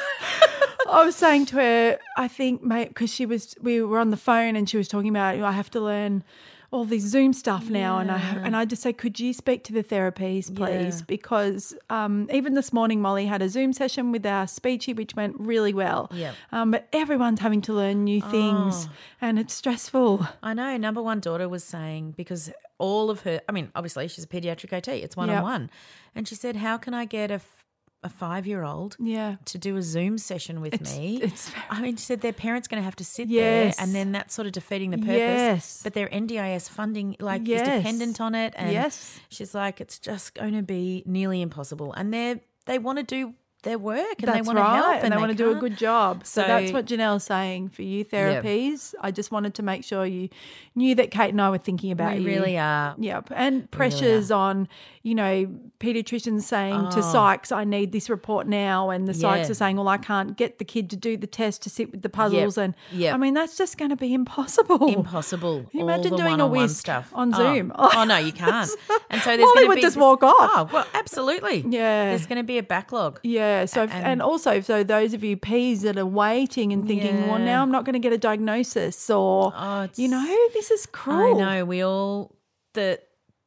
Speaker 1: I was saying to her, I think, mate, because she was, we were on the phone and she was talking about, "Oh, I have to learn all this Zoom stuff now, and I and I just say, could you speak to the therapies, please?
Speaker 2: Yeah.
Speaker 1: Because um, even this morning, Molly had a Zoom session with our speechy, which went really well.
Speaker 2: Yep.
Speaker 1: Um, but everyone's having to learn new things,
Speaker 2: Oh.
Speaker 1: and it's stressful.
Speaker 2: I know. Number one daughter was saying because all of her, I mean, obviously she's a pediatric OT. It's one on one, and she said, "How can I get a f- a five year old
Speaker 1: Yeah.
Speaker 2: to do a Zoom session with
Speaker 1: It's-
Speaker 2: me?"
Speaker 1: it's
Speaker 2: I mean, she said their parents going to have to sit
Speaker 1: Yes.
Speaker 2: there, and then that's sort of defeating the purpose.
Speaker 1: Yes.
Speaker 2: But their NDIS funding, like, is
Speaker 1: Yes.
Speaker 2: dependent on it, and
Speaker 1: Yes.
Speaker 2: she's like, it's just going to be nearly impossible. And they are they want to do their work, and they
Speaker 1: That's
Speaker 2: want to help,
Speaker 1: right, and they, want to do a
Speaker 2: can't.
Speaker 1: good job. So, that's
Speaker 2: So-
Speaker 1: what Janelle's saying for you
Speaker 2: Yeah.
Speaker 1: therapies. I just wanted to make sure you knew that Kate and I were thinking about
Speaker 2: We
Speaker 1: you.
Speaker 2: really are.
Speaker 1: Yep, and pressures on, you know, pediatricians saying
Speaker 2: Oh.
Speaker 1: to psychs, "I need this report now," and the psychs
Speaker 2: Yeah.
Speaker 1: are saying, "Well, I can't get the kid to do the test to sit with the puzzles," and
Speaker 2: Yep.
Speaker 1: I mean, that's just going to be impossible.
Speaker 2: Impossible.
Speaker 1: Can you
Speaker 2: All
Speaker 1: imagine
Speaker 2: the
Speaker 1: doing a
Speaker 2: one-on-one
Speaker 1: whisk
Speaker 2: stuff
Speaker 1: on
Speaker 2: Oh.
Speaker 1: Zoom?
Speaker 2: Oh, no, you can't. And so there's
Speaker 1: Molly
Speaker 2: gonna
Speaker 1: would
Speaker 2: be
Speaker 1: just
Speaker 2: this-
Speaker 1: walk off.
Speaker 2: Oh well, absolutely.
Speaker 1: Yeah.
Speaker 2: there's going to be a backlog.
Speaker 1: Yeah. So, and, also, so those of you Ps that are waiting and thinking, well,
Speaker 2: Yeah.
Speaker 1: now I'm not going to get a diagnosis, or
Speaker 2: Oh, it's,
Speaker 1: you know, this is cruel.
Speaker 2: I know we all the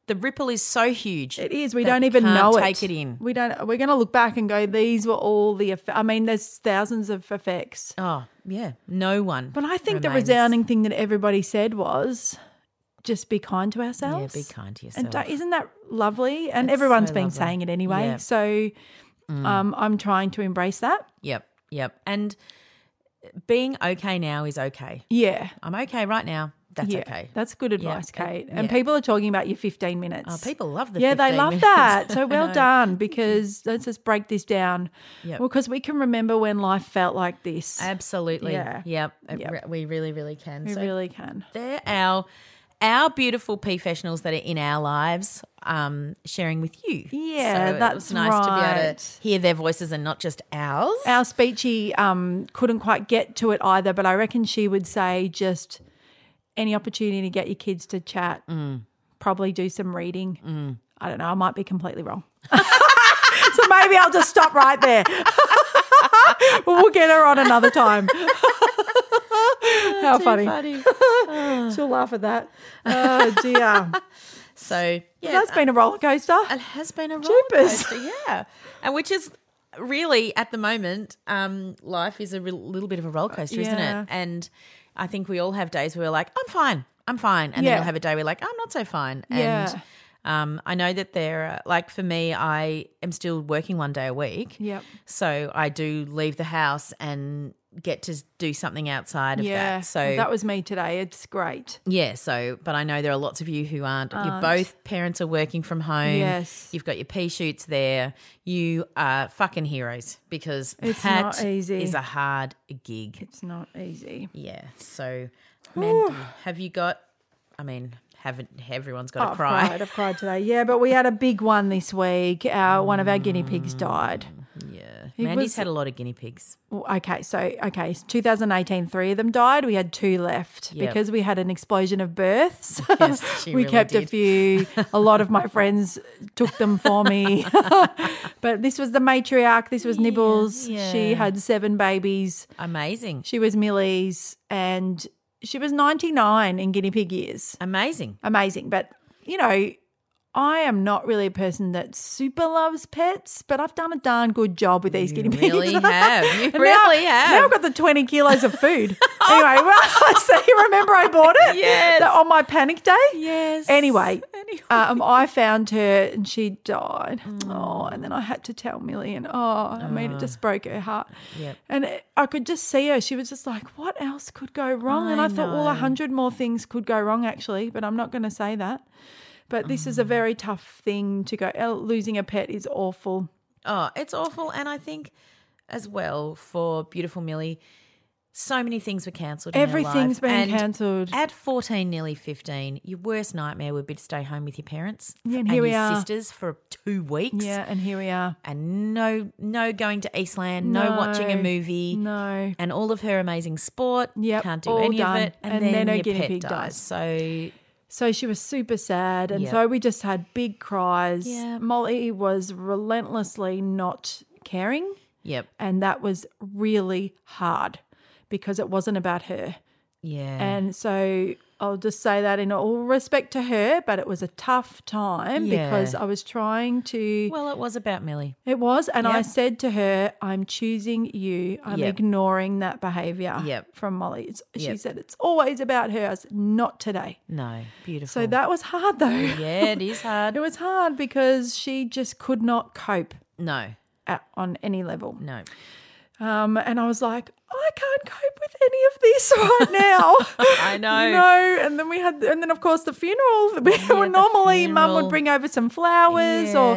Speaker 2: the ripple is so huge.
Speaker 1: It is. We
Speaker 2: that
Speaker 1: don't even
Speaker 2: can't
Speaker 1: know it.
Speaker 2: Take it in.
Speaker 1: We don't. We're going to look back and go, these were all the. Eff- I mean, there's thousands of effects.
Speaker 2: Oh yeah, no one.
Speaker 1: But I think the
Speaker 2: remains.
Speaker 1: resounding thing that everybody said was, just be kind to
Speaker 2: Yeah,
Speaker 1: ourselves.
Speaker 2: be kind to yourself.
Speaker 1: And don't- isn't that lovely? And
Speaker 2: It's
Speaker 1: everyone's
Speaker 2: so
Speaker 1: been
Speaker 2: lovely.
Speaker 1: saying it anyway.
Speaker 2: Yeah. Mm.
Speaker 1: So, um, I'm trying to embrace that.
Speaker 2: yep, yep. And being okay now is okay.
Speaker 1: Yeah.
Speaker 2: I'm okay right now. That's
Speaker 1: Yeah,
Speaker 2: okay.
Speaker 1: That's good
Speaker 2: Yeah,
Speaker 1: advice,
Speaker 2: it-
Speaker 1: Kate. And
Speaker 2: yeah.
Speaker 1: people are talking about your 15 minutes.
Speaker 2: Oh, people love the
Speaker 1: Yeah, they
Speaker 2: 15
Speaker 1: love
Speaker 2: minutes.
Speaker 1: that.
Speaker 2: I
Speaker 1: So well
Speaker 2: know.
Speaker 1: done because let's just break this down.
Speaker 2: Yep.
Speaker 1: Well, because we can remember when life felt like this.
Speaker 2: Absolutely.
Speaker 1: Yeah.
Speaker 2: Yep. It
Speaker 1: Yep.
Speaker 2: re- we really, really can.
Speaker 1: We
Speaker 2: So
Speaker 1: really can.
Speaker 2: They're our our beautiful professionals that are in our lives, um, sharing with you.
Speaker 1: Yeah,
Speaker 2: so it
Speaker 1: that's
Speaker 2: was nice to be able
Speaker 1: right.
Speaker 2: to hear their voices and not just ours.
Speaker 1: Our speechy um, couldn't quite get to it either, but I reckon she would say just any opportunity to get your kids to chat,
Speaker 2: Mm.
Speaker 1: probably do some reading. I don't know. I might be completely wrong. so maybe I'll just stop right there. but we'll get her on another time. How funny. She'll laugh at that. Oh, dear.
Speaker 2: So yeah, uh,
Speaker 1: That's been a roller coaster.
Speaker 2: it has been a roller
Speaker 1: Jeepers.
Speaker 2: coaster, yeah, and which is really at the moment, um, life is a real- little bit of a roller coaster, isn't
Speaker 1: Yeah.
Speaker 2: it? And I think we all have days where we're like, I'm fine, I'm fine, and
Speaker 1: Yeah.
Speaker 2: then you'll have a day where you're like, I'm not so fine,
Speaker 1: Yeah.
Speaker 2: and. Um, I know that there, are, like for me, I am still working one day a week.
Speaker 1: Yep.
Speaker 2: So I do leave the house and get to do something outside of
Speaker 1: Yeah.
Speaker 2: that. So
Speaker 1: that was me today. It's great.
Speaker 2: yeah, so but I know there are lots of you who aren't. You're
Speaker 1: Aren't.
Speaker 2: both parents are working from home.
Speaker 1: Yes.
Speaker 2: You've got your pea shoots there. You are fucking heroes because
Speaker 1: It's
Speaker 2: that
Speaker 1: not easy.
Speaker 2: is a hard gig.
Speaker 1: It's not easy.
Speaker 2: Yeah. So Mandy, have you got I mean, haven't everyone's got to
Speaker 1: Oh, I've
Speaker 2: cry.
Speaker 1: cried. I've cried today. Yeah, but we had a big one this week. Our, one of our guinea pigs died.
Speaker 2: Mm, Yeah.
Speaker 1: It
Speaker 2: Mandy's
Speaker 1: was-
Speaker 2: had a lot of guinea pigs.
Speaker 1: Well, Okay, so okay, it's 2018, three of them died. We had two left
Speaker 2: Yep.
Speaker 1: because we had an explosion of births.
Speaker 2: Yes, she
Speaker 1: we
Speaker 2: really
Speaker 1: kept a
Speaker 2: did.
Speaker 1: few. A lot of my friends took them for me, but this was the matriarch. This was Nibbles. She
Speaker 2: yeah.
Speaker 1: had seven babies.
Speaker 2: Amazing.
Speaker 1: She was Millie's, and she was 99 in guinea pig years.
Speaker 2: Amazing.
Speaker 1: amazing. But you know, I am not really a person that super loves pets, but I've done a darn good job with these guinea pigs.
Speaker 2: really have. You
Speaker 1: And now-
Speaker 2: really
Speaker 1: Now
Speaker 2: have.
Speaker 1: I've got the twenty kilos of food. anyway, well, so you remember I bought it?
Speaker 2: Yes.
Speaker 1: That- on my panic day.
Speaker 2: Yes.
Speaker 1: Anyway,
Speaker 2: Anyway. Mm.
Speaker 1: Um, I found her and she died. Oh, and then I had to tell Millie, and oh, I mean, it just broke her heart.
Speaker 2: Uh, Yep.
Speaker 1: And it, I could just see her. She was just like, "What else could go wrong?" and I
Speaker 2: I
Speaker 1: thought, well, a
Speaker 2: know.
Speaker 1: hundred more things could go wrong, actually, but I'm not going to say that. But this
Speaker 2: Mm.
Speaker 1: is a very tough thing to go. uh, Losing a pet is awful.
Speaker 2: Oh, it's awful. And I think as well for beautiful Millie, so many things were cancelled. in her life.
Speaker 1: Everything's been
Speaker 2: And
Speaker 1: cancelled.
Speaker 2: At 14, nearly 15, your worst nightmare would be to stay home with your parents
Speaker 1: Yeah, and here we
Speaker 2: your
Speaker 1: are.
Speaker 2: sisters for two weeks.
Speaker 1: Yeah, and here we are.
Speaker 2: And no, no going to Eastland, no, watching a
Speaker 1: No,
Speaker 2: movie.
Speaker 1: No.
Speaker 2: And all of her amazing sport,
Speaker 1: Yep,
Speaker 2: can't do
Speaker 1: all
Speaker 2: any
Speaker 1: done.
Speaker 2: of it, and,
Speaker 1: And
Speaker 2: then,
Speaker 1: then her
Speaker 2: your
Speaker 1: guinea
Speaker 2: pet
Speaker 1: pig
Speaker 2: dies.
Speaker 1: dies.
Speaker 2: So
Speaker 1: So she was super sad. And
Speaker 2: Yeah.
Speaker 1: so we just had big cries.
Speaker 2: Yeah.
Speaker 1: Molly was relentlessly not caring.
Speaker 2: Yep.
Speaker 1: And that was really hard because it wasn't about her.
Speaker 2: Yeah.
Speaker 1: And so I'll just say that in all respect to her, but it was a tough time because
Speaker 2: Yeah.
Speaker 1: I was trying to.
Speaker 2: Well, it was about Millie.
Speaker 1: It was. And I
Speaker 2: Yep.
Speaker 1: said to her, I'm choosing you. I'm
Speaker 2: Yep.
Speaker 1: ignoring that behavior
Speaker 2: Yep.
Speaker 1: from Molly. It's, She
Speaker 2: Yep.
Speaker 1: said, It's always about her. I said, Not today.
Speaker 2: No, beautiful. Oh,
Speaker 1: So that was hard though.
Speaker 2: Yeah, it is hard.
Speaker 1: it was hard because she just could not cope
Speaker 2: No,
Speaker 1: at, on any level.
Speaker 2: no.
Speaker 1: Um, and I was like, I can't cope with any of this right now.
Speaker 2: I know.
Speaker 1: You know, and then we had, and then of course the funeral. We were normally mum would
Speaker 2: funeral.
Speaker 1: bring over some flowers, or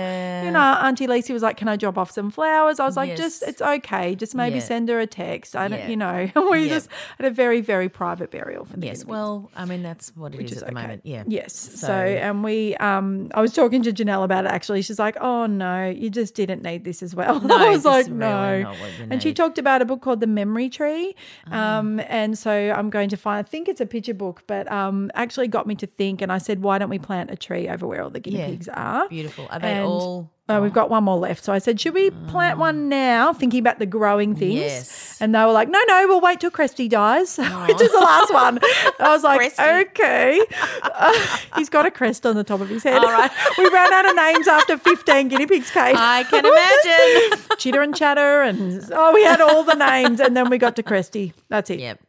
Speaker 1: you know, Auntie Lacey was like, "Can I drop off some flowers?" I was like, "Just
Speaker 2: Yes.
Speaker 1: it's okay. Just maybe
Speaker 2: Yeah.
Speaker 1: send her a text." I don't,
Speaker 2: Yeah.
Speaker 1: you know, and we
Speaker 2: Yeah.
Speaker 1: just had a very very private burial for the
Speaker 2: Yes.
Speaker 1: Binnabies.
Speaker 2: Well, I mean, that's what it is
Speaker 1: Which is
Speaker 2: at the
Speaker 1: okay.
Speaker 2: moment. Yeah.
Speaker 1: Yes. So, and we, um, I was talking to Janelle about it actually. She's like, oh no, you just didn't need this as well.
Speaker 2: No,
Speaker 1: I was
Speaker 2: this
Speaker 1: like,
Speaker 2: really
Speaker 1: no.
Speaker 2: not what you
Speaker 1: and she
Speaker 2: need. Ah.
Speaker 1: talked about a book called The Memory Tree. Um, and so I'm going to find, I think it's a picture book, but um, actually got me to think. And I said, why don't we plant a tree over where all the guinea
Speaker 2: Yeah.
Speaker 1: pigs are?
Speaker 2: Beautiful. Are they
Speaker 1: And-
Speaker 2: all? Mm.
Speaker 1: Oh, we've got one more left. So I said, should we plant one now, thinking about the growing things?
Speaker 2: Yes.
Speaker 1: And they were like, no, no, we'll wait till Cresty dies, which is the last one. I was like, okay. Uh, he's got a crest on the top of his head. All right. we ran out of names after 15 guinea pigs, Kate.
Speaker 2: I can imagine.
Speaker 1: Chitter and chatter. And oh, we had all the names. And then we got to Cresty. That's it.
Speaker 2: Yep.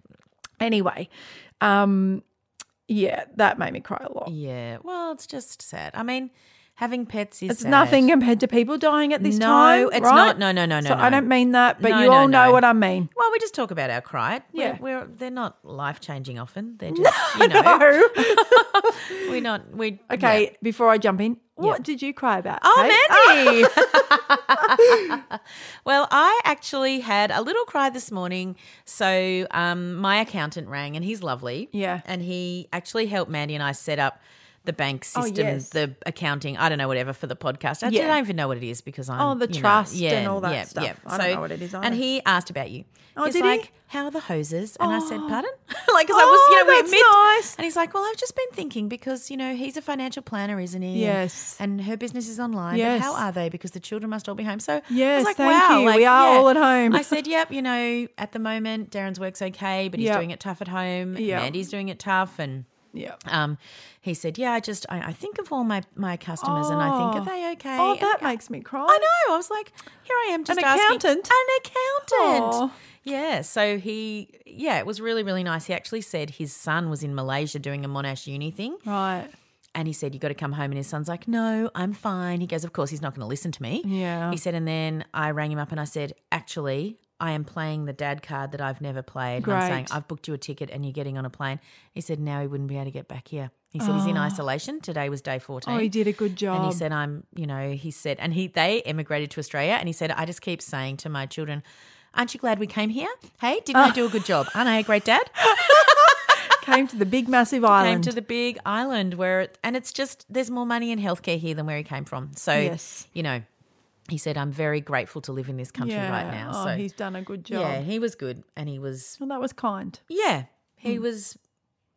Speaker 1: Anyway, um, yeah, that made me cry a lot.
Speaker 2: Yeah. Well, it's just sad. I mean, having pets is
Speaker 1: It's
Speaker 2: sad.
Speaker 1: nothing compared to people dying at this
Speaker 2: No,
Speaker 1: time.
Speaker 2: it's
Speaker 1: right?
Speaker 2: not. No, no, no, no,
Speaker 1: So I
Speaker 2: no.
Speaker 1: don't mean that, but
Speaker 2: No,
Speaker 1: you
Speaker 2: no,
Speaker 1: all know
Speaker 2: no.
Speaker 1: what I mean.
Speaker 2: Well, we just talk about our cry. We're-
Speaker 1: Yeah.
Speaker 2: We're, they're not life changing often. They're just you know
Speaker 1: No.
Speaker 2: we're not we
Speaker 1: okay,
Speaker 2: yeah.
Speaker 1: before I jump in, what did you cry about?
Speaker 2: Oh,
Speaker 1: Kate? Oh.
Speaker 2: Mandy! well, I actually had a little cry this morning. So um, my accountant rang, and he's lovely.
Speaker 1: Yeah.
Speaker 2: and he actually helped Mandy and I set up the bank
Speaker 1: Oh,
Speaker 2: system,
Speaker 1: yes.
Speaker 2: the accounting. I don't know whatever for the podcast. I
Speaker 1: Yeah.
Speaker 2: don't even know what it is because I'm
Speaker 1: Oh, the
Speaker 2: you know,
Speaker 1: trust and all that stuff. I don't
Speaker 2: So-
Speaker 1: know what it is
Speaker 2: And
Speaker 1: either.
Speaker 2: he asked about you.
Speaker 1: Oh,
Speaker 2: he's
Speaker 1: did he?
Speaker 2: like, How are the hoses? And I said,
Speaker 1: Oh.
Speaker 2: Pardon? like, because I
Speaker 1: Oh,
Speaker 2: was, you know, we
Speaker 1: that's
Speaker 2: admit.
Speaker 1: nice.
Speaker 2: And he's like, Well, I've just been thinking because, you know, he's a financial planner, isn't he? And-
Speaker 1: Yes.
Speaker 2: And, her business is online.
Speaker 1: Yes.
Speaker 2: But how are they? Because the children must all be home. So I
Speaker 1: Yes,
Speaker 2: was like,
Speaker 1: thank
Speaker 2: wow,
Speaker 1: you.
Speaker 2: like,
Speaker 1: We are
Speaker 2: yeah.
Speaker 1: all at home.
Speaker 2: I said, yep, you know, at the moment, Darren's work's okay, but he's
Speaker 1: Yep.
Speaker 2: doing it tough at home. and
Speaker 1: Yep.
Speaker 2: Mandy's doing it tough. And
Speaker 1: yeah.
Speaker 2: um, he said, yeah, I just, I, I think of all my, my customers and I think,
Speaker 1: Oh.
Speaker 2: are they okay?
Speaker 1: Oh,
Speaker 2: And
Speaker 1: that makes me cry.
Speaker 2: I know. I was like, here I am just asking-
Speaker 1: accountant?
Speaker 2: An accountant.
Speaker 1: Aw.
Speaker 2: Yeah. So he, yeah, it was really, really nice. He actually said his son was in Malaysia doing a Monash Uni thing.
Speaker 1: Right.
Speaker 2: And he said, You got to come home. And his son's like, No, I'm fine. He goes, Of course, he's not going to listen to me.
Speaker 1: Yeah.
Speaker 2: He said, And then I rang him up and I said, Actually, I am playing the dad card that I've never played. And I'm saying,
Speaker 1: Great.
Speaker 2: I've booked you a ticket and you're getting on a plane. He said, Now he wouldn't be able to get back here. He said, He's in isolation. Today was day 14.
Speaker 1: Oh, he did a good job.
Speaker 2: And he said, I'm, you know, he said, and he they emigrated to Australia. And he said, I just keep saying to my children, Aren't you glad we came here? Hey, didn't I do a good job? Aren't I a great dad?
Speaker 1: Ah. came to the big massive island.
Speaker 2: Came to the big island where, it, and it's just there's more money in healthcare here than where he came from. So,
Speaker 1: Yes.
Speaker 2: you know, he said, "I'm very grateful to live in this country
Speaker 1: yeah.
Speaker 2: right now."
Speaker 1: Oh,
Speaker 2: so
Speaker 1: he's done a good job.
Speaker 2: yeah, he was good, and he was
Speaker 1: well, that was kind. Hmm.
Speaker 2: yeah, he was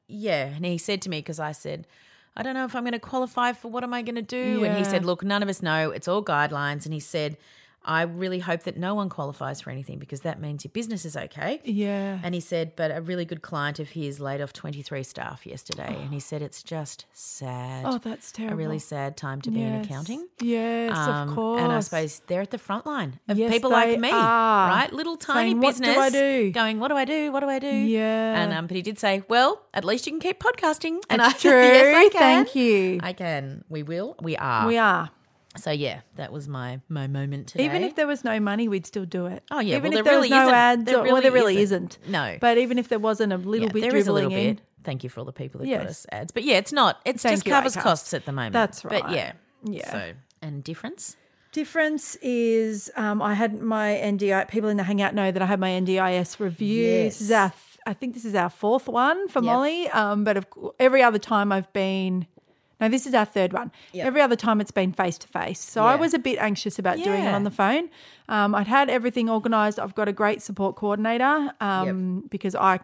Speaker 2: yeah, and he said to me because I said. I don't know if I'm going to qualify for what am I going to do? And he
Speaker 1: Yeah.
Speaker 2: said, "Look, none of us know. It's all guidelines." And he said, "I really hope that no one qualifies for anything because that means your business is okay."
Speaker 1: Yeah.
Speaker 2: And he said, but a really good client of his laid off 23 staff yesterday. And he said, it's just sad.
Speaker 1: Oh, that's terrible.
Speaker 2: A really sad time to be in
Speaker 1: Yes.
Speaker 2: accounting.
Speaker 1: Yes, of
Speaker 2: Um, And I
Speaker 1: course.
Speaker 2: suppose they're at the front line of
Speaker 1: Yes,
Speaker 2: people
Speaker 1: they
Speaker 2: like me,
Speaker 1: are.
Speaker 2: right? Little tiny
Speaker 1: Saying, "What do
Speaker 2: business
Speaker 1: I do?"
Speaker 2: going, what do I do? What do I do?
Speaker 1: Yeah.
Speaker 2: And um, but he did say, well, at least you can keep podcasting. And
Speaker 1: It's
Speaker 2: I
Speaker 1: true.
Speaker 2: yes, I can.
Speaker 1: Thank you.
Speaker 2: I can. We will. We are.
Speaker 1: we are.
Speaker 2: So yeah, that was my my moment today.
Speaker 1: Even if there was no money, we'd still do it.
Speaker 2: Oh, yeah,
Speaker 1: Even
Speaker 2: well, there
Speaker 1: if there, was
Speaker 2: really
Speaker 1: no
Speaker 2: isn't.
Speaker 1: ads,
Speaker 2: There
Speaker 1: or, well, there
Speaker 2: really
Speaker 1: really isn't.
Speaker 2: isn't. No.
Speaker 1: But even if there wasn't a little bit
Speaker 2: there
Speaker 1: dribbling
Speaker 2: is a little
Speaker 1: in,
Speaker 2: bit. Thank you for all the people who got
Speaker 1: Yes.
Speaker 2: us ads. But yeah, it's not. It's
Speaker 1: Thank
Speaker 2: just
Speaker 1: you,
Speaker 2: covers
Speaker 1: Acast.
Speaker 2: costs at the moment.
Speaker 1: That's
Speaker 2: But
Speaker 1: right.
Speaker 2: yeah.
Speaker 1: Yeah.
Speaker 2: So and difference.
Speaker 1: Difference is um, I had my NDI. People in the hangout know that I had my NDIS review. This is our, I think this is our fourth one for Molly. Um, but of, cou- every other time I've been, no, this is our third one. Every other time it's been face to face. So I
Speaker 2: Yeah.
Speaker 1: was a bit anxious about doing it
Speaker 2: Yeah.
Speaker 1: on the phone. Um, I'd had everything organised. I've got a great support coordinator um, because I.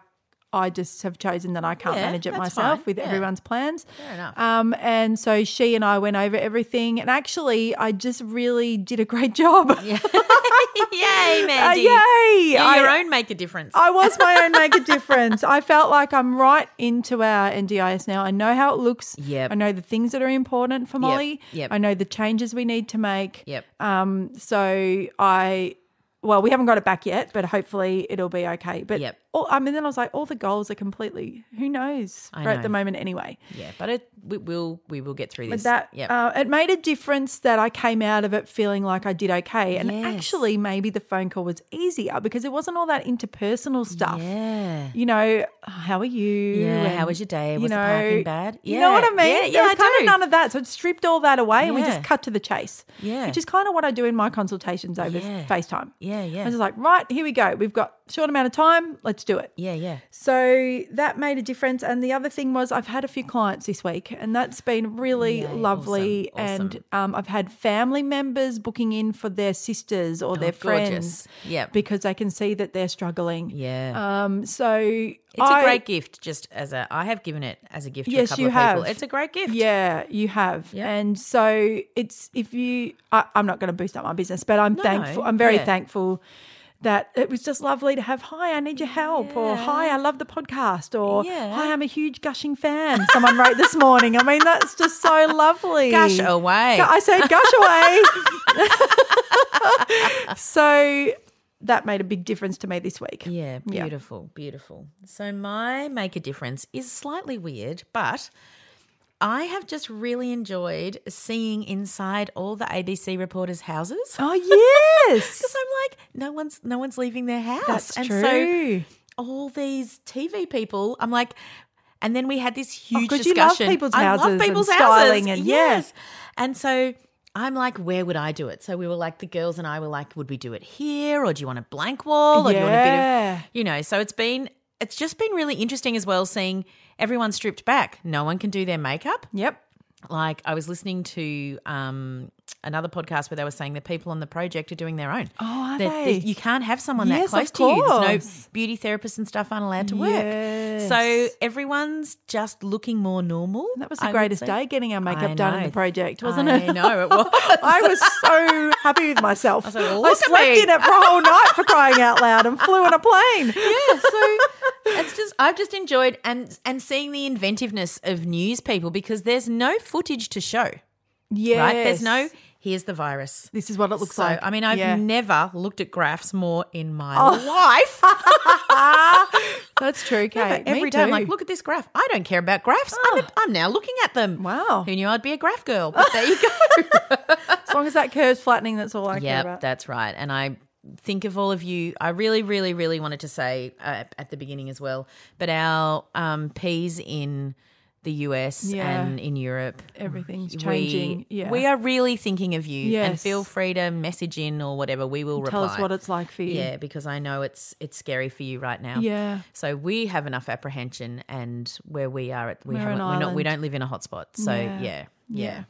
Speaker 1: I just have chosen that I can't
Speaker 2: Yeah,
Speaker 1: manage it
Speaker 2: that's
Speaker 1: myself
Speaker 2: fine.
Speaker 1: with
Speaker 2: Yeah.
Speaker 1: everyone's plans.
Speaker 2: Fair enough.
Speaker 1: Um, and so she and I went over everything, and actually, I just really did a great job. Yeah.
Speaker 2: Uh, yay, uh, Mandy.
Speaker 1: yay.
Speaker 2: You're
Speaker 1: I-
Speaker 2: your own make a difference.
Speaker 1: I was my own make a difference. I felt like I'm right into our NDIS now. I know how it looks.
Speaker 2: Yep.
Speaker 1: I know the things that are important for Molly.
Speaker 2: Yep.
Speaker 1: I know the changes we need to make.
Speaker 2: Yep.
Speaker 1: Um, so I, well, we haven't got it back yet, but hopefully it'll be okay. But
Speaker 2: Yep.
Speaker 1: all, I mean, then I was like, all the goals are completely, who knows
Speaker 2: I
Speaker 1: right at the
Speaker 2: know.
Speaker 1: moment anyway.
Speaker 2: Yeah, but it we will we will get through
Speaker 1: But
Speaker 2: this.
Speaker 1: that
Speaker 2: yep.
Speaker 1: uh, it made a difference that I came out of it feeling like I did okay, and
Speaker 2: Yes.
Speaker 1: actually maybe the phone call was easier because it wasn't all that interpersonal stuff.
Speaker 2: Yeah.
Speaker 1: You know, how are you?
Speaker 2: Yeah, how
Speaker 1: And,
Speaker 2: was your day? Was the parking bad?
Speaker 1: You know what I
Speaker 2: Yeah,
Speaker 1: mean?
Speaker 2: yeah,
Speaker 1: There
Speaker 2: yeah,
Speaker 1: was
Speaker 2: I
Speaker 1: kind
Speaker 2: do.
Speaker 1: of none of that, so it stripped all that away, and we
Speaker 2: Yeah.
Speaker 1: just cut to the chase.
Speaker 2: Yeah.
Speaker 1: which is kind of what I do in my consultations over
Speaker 2: Yeah.
Speaker 1: FaceTime.
Speaker 2: Yeah, yeah.
Speaker 1: I was just like, right, here we go. We've got short amount of time. Let's do it.
Speaker 2: yeah, yeah.
Speaker 1: So that made a difference. And the other thing was, I've had a few clients this week, and that's been really lovely.
Speaker 2: awesome,
Speaker 1: And um, I've had family members booking in for their sisters or their
Speaker 2: Oh, gorgeous.
Speaker 1: friends
Speaker 2: Yep.
Speaker 1: because they can see that they're struggling.
Speaker 2: Yeah.
Speaker 1: Um, so it's
Speaker 2: it's a great gift just as a I have given it as a gift to a
Speaker 1: Yes,
Speaker 2: couple
Speaker 1: you
Speaker 2: of
Speaker 1: have.
Speaker 2: people. It's a great gift.
Speaker 1: Yeah, you have. And so it's if you, I, I'm not going to boost up my business, but I'm
Speaker 2: No,
Speaker 1: thankful. I'm very
Speaker 2: yeah.
Speaker 1: thankful that it was just lovely to have. Hi, I need your help, or Hi, I love the podcast, or
Speaker 2: Yeah.
Speaker 1: Hi, I'm a huge gushing fan. Someone wrote this morning. I mean, that's just so lovely.
Speaker 2: Gush away.
Speaker 1: Gu- I said gush away. so that made a big difference to me this week.
Speaker 2: Yeah, beautiful, beautiful. So my make a difference is slightly weird, but I have just really enjoyed seeing inside all the ABC reporters' houses.
Speaker 1: Oh yes,
Speaker 2: because I'm like, no one's no one's leaving their house.
Speaker 1: That's
Speaker 2: and
Speaker 1: true.
Speaker 2: So all these TV people, I'm like, and then we had this huge
Speaker 1: Oh, 'cause you love
Speaker 2: discussion.
Speaker 1: people's
Speaker 2: I
Speaker 1: houses and
Speaker 2: love people's
Speaker 1: styling
Speaker 2: houses,
Speaker 1: and-
Speaker 2: yes. And so I'm like, where would I do it? So we were like, the girls and I were like, would we do it here, or do you want a blank wall, or do you want a
Speaker 1: Yeah.
Speaker 2: bit of, you know? So it's been, it's just been really interesting as well, seeing everyone stripped back. No one can do their makeup
Speaker 1: Yep.
Speaker 2: like I was listening to um, another podcast where they were saying the people on the project are doing their own. Oh,
Speaker 1: are they?
Speaker 2: You can't have someone
Speaker 1: Yes,
Speaker 2: that
Speaker 1: of
Speaker 2: close to you. There's
Speaker 1: course.
Speaker 2: no beauty therapists and stuff aren't allowed to work. So
Speaker 1: Yes.
Speaker 2: everyone's just looking more normal.
Speaker 1: That was the greatest day getting our makeup done in the project, wasn't
Speaker 2: I
Speaker 1: it?
Speaker 2: know it was.
Speaker 1: I was so happy with myself. I,
Speaker 2: like, "Look at
Speaker 1: slept
Speaker 2: me."
Speaker 1: in it for a whole night for crying out loud and flew on a plane.
Speaker 2: yeah, so it's just I've just enjoyed and and seeing the inventiveness of news people because there's no footage to show.
Speaker 1: Yeah.
Speaker 2: Right? There's no here's the virus.
Speaker 1: This is what it looks
Speaker 2: So,
Speaker 1: like.
Speaker 2: I mean, I've
Speaker 1: Yeah.
Speaker 2: never looked at graphs more in my
Speaker 1: life. That's true,
Speaker 2: life.
Speaker 1: Kate. Me
Speaker 2: Every day, I'm
Speaker 1: too. Oh.
Speaker 2: like, look at this graph. I don't care about graphs. I'm, I'm now looking at them.
Speaker 1: Wow.
Speaker 2: Who knew I'd be a graph girl? But there you go.
Speaker 1: as long as that curve's flattening, that's all I care
Speaker 2: Yep,
Speaker 1: about.
Speaker 2: that's right. And I think of all of you. I really, really, really wanted to say uh, at the beginning as well, but our um, P's in the US
Speaker 1: Yeah.
Speaker 2: and in Europe,
Speaker 1: Everything's
Speaker 2: we-
Speaker 1: changing. yeah.
Speaker 2: we are really thinking of you. And
Speaker 1: Yes.
Speaker 2: feel free to message in or whatever. We will reply.
Speaker 1: Tell us what it's like for you.
Speaker 2: Yeah, because I know it's it's scary for you right now.
Speaker 1: Yeah.
Speaker 2: So we have enough apprehension, and where we are at, we
Speaker 1: We're an
Speaker 2: haven't, we're not, we
Speaker 1: island.
Speaker 2: don't live in a hotspot. So yeah.
Speaker 1: Yeah.
Speaker 2: yeah,
Speaker 1: Yeah.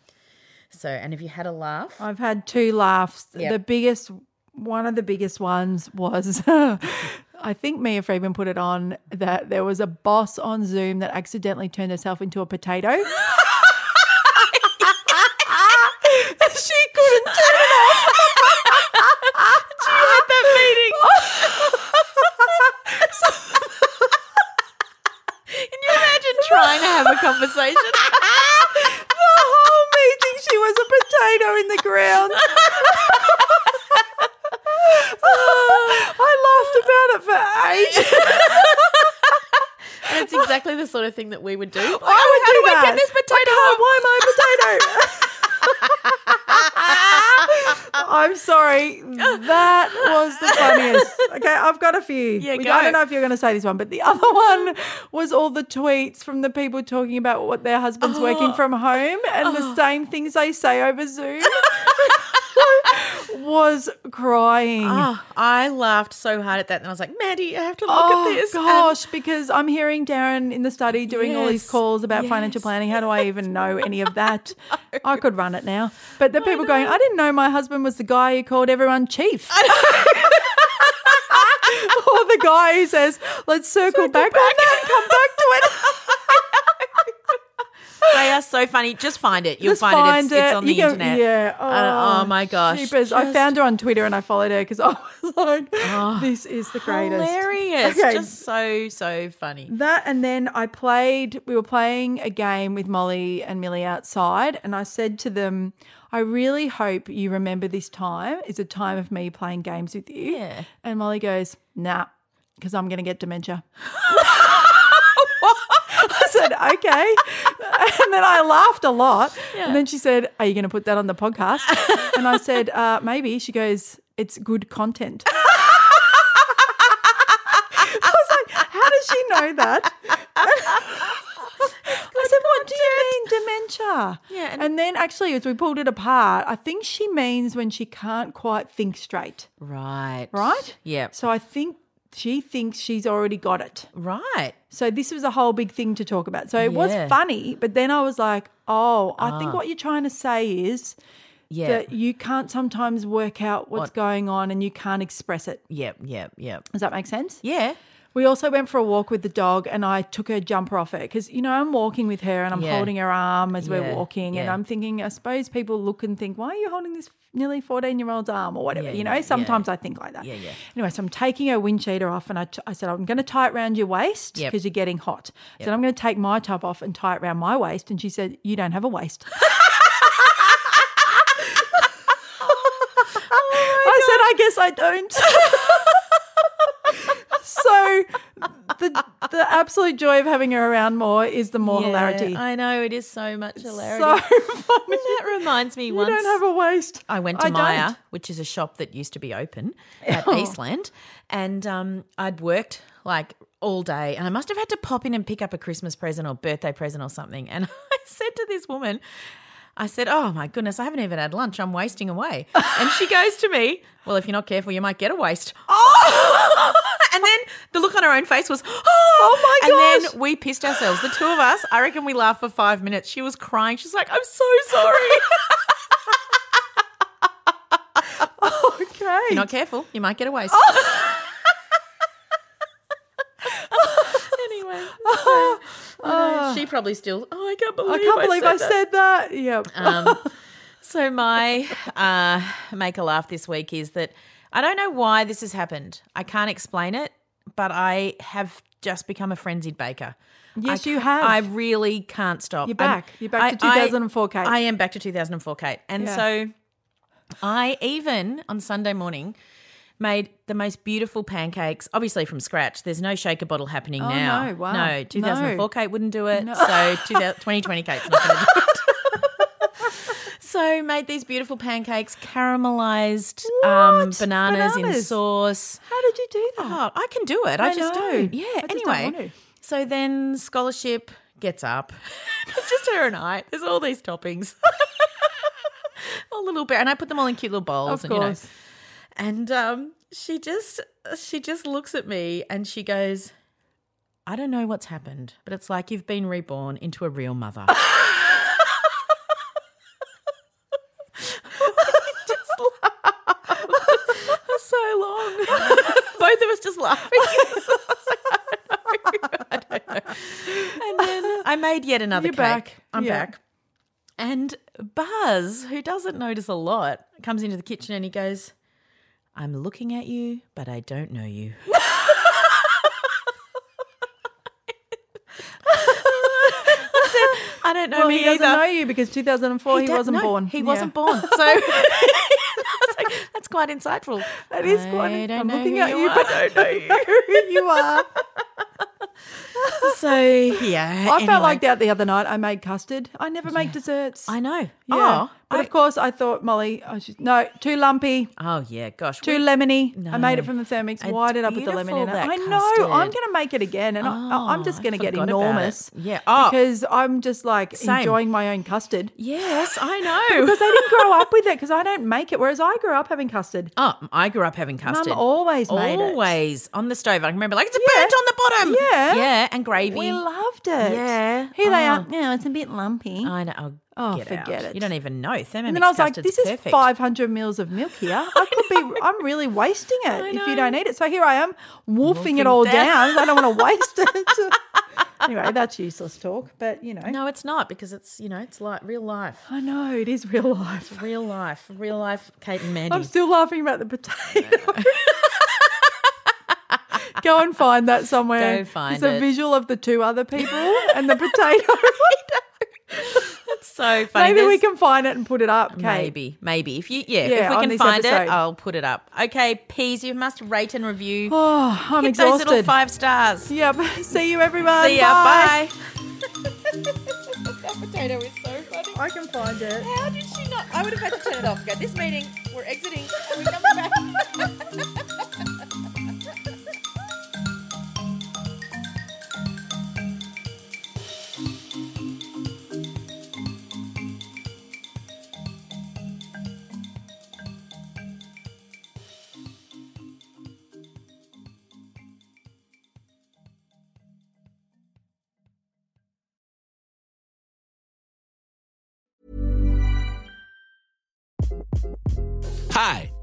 Speaker 2: So and if you had a laugh,
Speaker 1: I've had two laughs.
Speaker 2: Yep.
Speaker 1: The biggest, one of the biggest ones was, I think Mia Freeman put it on that there was a boss on Zoom that accidentally turned herself into a potato. she couldn't turn it off. she had that meeting.
Speaker 2: Can you imagine trying to have a conversation?
Speaker 1: the whole meeting she was a potato in the ground. I laughed about it for ages.
Speaker 2: And it's exactly the sort of thing that we would do. Like, oh,
Speaker 1: I would
Speaker 2: how
Speaker 1: do
Speaker 2: do
Speaker 1: that.
Speaker 2: I get this potato? off?
Speaker 1: I can't, why am I a potato? I'm sorry. That was the funniest. Okay, I've got a few.
Speaker 2: Yeah,
Speaker 1: We-
Speaker 2: go.
Speaker 1: I don't know if you're going to say this one, but the other one was all the tweets from the people talking about what their husband's
Speaker 2: Oh.
Speaker 1: working from home and the same things they say over Zoom. was crying.
Speaker 2: Oh, I laughed so hard at that, and I was like, Maddie, I have to look
Speaker 1: Oh
Speaker 2: at this. And-
Speaker 1: gosh, because I'm hearing Darren in the study doing all these
Speaker 2: Yes,
Speaker 1: calls about financial
Speaker 2: yes.
Speaker 1: planning. How do I even know any of that? I could run it now. But the people going, I didn't know my husband was the guy who called everyone chief. or the guy who says, let's circle, back, on that and come back to it.
Speaker 2: They are so funny. Just find it. You'll
Speaker 1: Just
Speaker 2: find, it. It's, it's on
Speaker 1: You
Speaker 2: the
Speaker 1: go-
Speaker 2: internet.
Speaker 1: Yeah.
Speaker 2: I don't- Oh, my gosh.
Speaker 1: Jeepers. I found her on Twitter and I followed her because I was like, this is the greatest.
Speaker 2: Oh. hilarious.
Speaker 1: Okay.
Speaker 2: Just so so funny.
Speaker 1: That and then I played, we were playing a game with Molly and Millie outside, and I said to them, I really hope you remember this time is a time of me playing games with you.
Speaker 2: Yeah.
Speaker 1: And Molly goes, nah, because I'm going to get dementia. I said, okay. And then I laughed a lot. And then she said, Are you going to put that on the podcast? And I said, uh, Maybe. She goes, It's good content. I was like, How does she know that? I said, What do you mean dementia?
Speaker 2: Yeah,
Speaker 1: And,
Speaker 2: and-
Speaker 1: then actually, as we pulled it apart, I think she means when she can't quite think straight,
Speaker 2: Right.
Speaker 1: right?
Speaker 2: Yep.
Speaker 1: So I think she thinks she's already got it.
Speaker 2: Right.
Speaker 1: So this was a whole big thing to talk about. So it
Speaker 2: Yeah. Ah.
Speaker 1: was funny, but then I was like, oh, I think what you're trying to say is
Speaker 2: Yeah.
Speaker 1: that you can't sometimes work out what's
Speaker 2: What-
Speaker 1: going on and you can't express it.
Speaker 2: Yep. Yep. Yep.
Speaker 1: Does that make sense?
Speaker 2: Yeah.
Speaker 1: We also went for a walk with the dog and I took her jumper off her because, you know, I'm walking with her and I'm
Speaker 2: Yeah.
Speaker 1: holding her arm as we're
Speaker 2: Yeah,
Speaker 1: walking and
Speaker 2: yeah.
Speaker 1: I'm thinking, I suppose people look and think, why are you holding this nearly 14 year old's arm or whatever?
Speaker 2: Yeah,
Speaker 1: you know,
Speaker 2: yeah, yeah.
Speaker 1: sometimes I think like that.
Speaker 2: Yeah. Yeah.
Speaker 1: Anyway, so I'm taking her wind cheater off and I, t- I said, I'm going to tie it around your waist
Speaker 2: Yep.
Speaker 1: because you're getting hot. I said, I'm going to take my top off and tie it around my waist. And she said, You don't have a waist.
Speaker 2: Oh
Speaker 1: I said, I guess I don't. so the, the absolute joy of having her around more is the more
Speaker 2: Yeah,
Speaker 1: hilarity.
Speaker 2: I know it is so much hilarity.
Speaker 1: So funny.
Speaker 2: that reminds me
Speaker 1: You
Speaker 2: once
Speaker 1: don't have a waist.
Speaker 2: I went to
Speaker 1: I don't. Oh.
Speaker 2: Maya, which is a shop that used to be open at Eastland, and um, I'd worked like all day, and I must have had to pop in and pick up a Christmas present or birthday present or something. And I said to this woman, I said, "Oh my goodness, I haven't even had lunch. I'm wasting away." And she goes to me, "Well, if you're not careful, you might get a waste." Oh! and then the look on her own face was, "Oh,
Speaker 1: Oh my
Speaker 2: And
Speaker 1: gosh.
Speaker 2: then we pissed ourselves. The two of us. I reckon we laughed for five minutes. She was crying. She's like, "I'm so sorry."
Speaker 1: Okay. Oh.
Speaker 2: If you're not careful, you might get a waste. anyway,
Speaker 1: Oh.
Speaker 2: so, you know, she probably still. Oh, I can't believe
Speaker 1: I can't believe I said that. Yep.
Speaker 2: that. Um, so my uh, make a laugh this week is that I don't know why this has happened. I can't explain it, but I have just become a frenzied baker.
Speaker 1: yes,
Speaker 2: I
Speaker 1: you
Speaker 2: ca-
Speaker 1: have.
Speaker 2: I really can't stop.
Speaker 1: You're
Speaker 2: I'm-
Speaker 1: back. You're back to
Speaker 2: I- I-
Speaker 1: 2004, Kate.
Speaker 2: I am back to 2004, Kate. And
Speaker 1: Yeah.
Speaker 2: so I even on Sunday morning made the most beautiful pancakes, obviously from scratch. There's no shaker bottle happening
Speaker 1: Oh,
Speaker 2: now.
Speaker 1: no. Wow.
Speaker 2: No, 2004
Speaker 1: No.
Speaker 2: Kate wouldn't do it.
Speaker 1: No.
Speaker 2: So 2000 2020 Kate's not going to do it. So made these beautiful pancakes, caramelized um,
Speaker 1: What?
Speaker 2: bananas, in
Speaker 1: Bananas?
Speaker 2: sauce.
Speaker 1: How did you do that?
Speaker 2: Oh, I can do it. I,
Speaker 1: I
Speaker 2: just
Speaker 1: know.
Speaker 2: don't. Yeah.
Speaker 1: I just don't
Speaker 2: anyway,
Speaker 1: want to.
Speaker 2: so then scholarship gets up. it's just her and I. There's all these toppings, all little bear, and I put them all in cute little bowls.
Speaker 1: Of
Speaker 2: and, you know,
Speaker 1: course.
Speaker 2: and um, she just she just looks at me and she goes, "I don't know what's happened, but it's like you've been reborn into a real mother." for so long. Both of us just laughing. I don't know. And then I made yet another
Speaker 1: You're
Speaker 2: cake.
Speaker 1: back.
Speaker 2: I'm
Speaker 1: Yeah.
Speaker 2: back. And Buzz, who doesn't notice a lot, comes into the kitchen and he goes, I'm looking at you, but I don't know you. I said, I don't know
Speaker 1: well,
Speaker 2: me
Speaker 1: he doesn't
Speaker 2: either.
Speaker 1: know you because 2004 he,
Speaker 2: da-
Speaker 1: wasn't
Speaker 2: no,
Speaker 1: born.
Speaker 2: He
Speaker 1: Yeah.
Speaker 2: wasn't born. So I was like, that's quite insightful.
Speaker 1: That is quite.
Speaker 2: I don't
Speaker 1: I'm
Speaker 2: know
Speaker 1: looking
Speaker 2: who
Speaker 1: at
Speaker 2: you
Speaker 1: you,
Speaker 2: are.
Speaker 1: but I don't know who you are.
Speaker 2: So yeah,
Speaker 1: I
Speaker 2: anyway.
Speaker 1: felt like that the other night. I made custard. I never make desserts.
Speaker 2: I know.
Speaker 1: Yeah.
Speaker 2: Oh,
Speaker 1: but
Speaker 2: I-
Speaker 1: of course, I thought Molly. I should, no, too lumpy,
Speaker 2: oh yeah. Gosh,
Speaker 1: too
Speaker 2: we-
Speaker 1: lemony. I made
Speaker 2: No.
Speaker 1: it from the thermix.
Speaker 2: It's
Speaker 1: Why did I put the lemon in it?
Speaker 2: beautiful,
Speaker 1: I
Speaker 2: that
Speaker 1: know. I'm
Speaker 2: custard.
Speaker 1: going to make it again, and I, I'm
Speaker 2: Oh,
Speaker 1: just
Speaker 2: I
Speaker 1: going to get
Speaker 2: forgot about it.
Speaker 1: enormous.
Speaker 2: Yeah. Oh.
Speaker 1: because I'm just like
Speaker 2: Same.
Speaker 1: enjoying my own custard.
Speaker 2: Yes, I know.
Speaker 1: Because I didn't grow up with it. Because I don't make it. Whereas I grew up having custard.
Speaker 2: Oh, I grew up having custard.
Speaker 1: always made it.
Speaker 2: always on the stove. I can remember, like it's
Speaker 1: Yeah.
Speaker 2: burnt on the bottom.
Speaker 1: Yeah.
Speaker 2: yeah, and gravy.
Speaker 1: We loved it.
Speaker 2: Yeah.
Speaker 1: Here they
Speaker 2: Oh.
Speaker 1: are. Yeah, it's a bit lumpy.
Speaker 2: I know. Oh,
Speaker 1: Oh,
Speaker 2: Get out.
Speaker 1: forget it.
Speaker 2: You don't even know. Thermomix
Speaker 1: And then I was like,
Speaker 2: custard's
Speaker 1: this is
Speaker 2: perfect.
Speaker 1: 500 mils of milk here. I could be, I'm really wasting it if you don't eat it. So here I am wolfing
Speaker 2: Wolfing
Speaker 1: it all
Speaker 2: down.
Speaker 1: down. I don't want to waste it. anyway, that's useless talk, but you know.
Speaker 2: No, it's not because it's you know it's like real life.
Speaker 1: I know it is real life.
Speaker 2: real life, real life. Kate and Mandy.
Speaker 1: I'm still laughing about the potato. Go and find that somewhere.
Speaker 2: Go find
Speaker 1: It's a
Speaker 2: it.
Speaker 1: visual of the two other people and the potato.
Speaker 2: That's so funny.
Speaker 1: Maybe we
Speaker 2: There's-
Speaker 1: can find it and put it up, Kate.
Speaker 2: Maybe, maybe if you yeah,
Speaker 1: Yeah,
Speaker 2: if we
Speaker 1: on
Speaker 2: can
Speaker 1: this
Speaker 2: find it,
Speaker 1: episode.
Speaker 2: I'll put it up. Okay, peas, you must rate and review.
Speaker 1: Oh, I'm
Speaker 2: Hit
Speaker 1: exhausted.
Speaker 2: Those little five stars.
Speaker 1: Yep. See you, everyone.
Speaker 2: See ya.
Speaker 1: Bye.
Speaker 2: Bye.
Speaker 4: that potato is so funny.
Speaker 1: I can find it.
Speaker 4: How did she not? I would have had to turn it off. and Go. This meeting, we're exiting. We're coming back.
Speaker 11: Hi,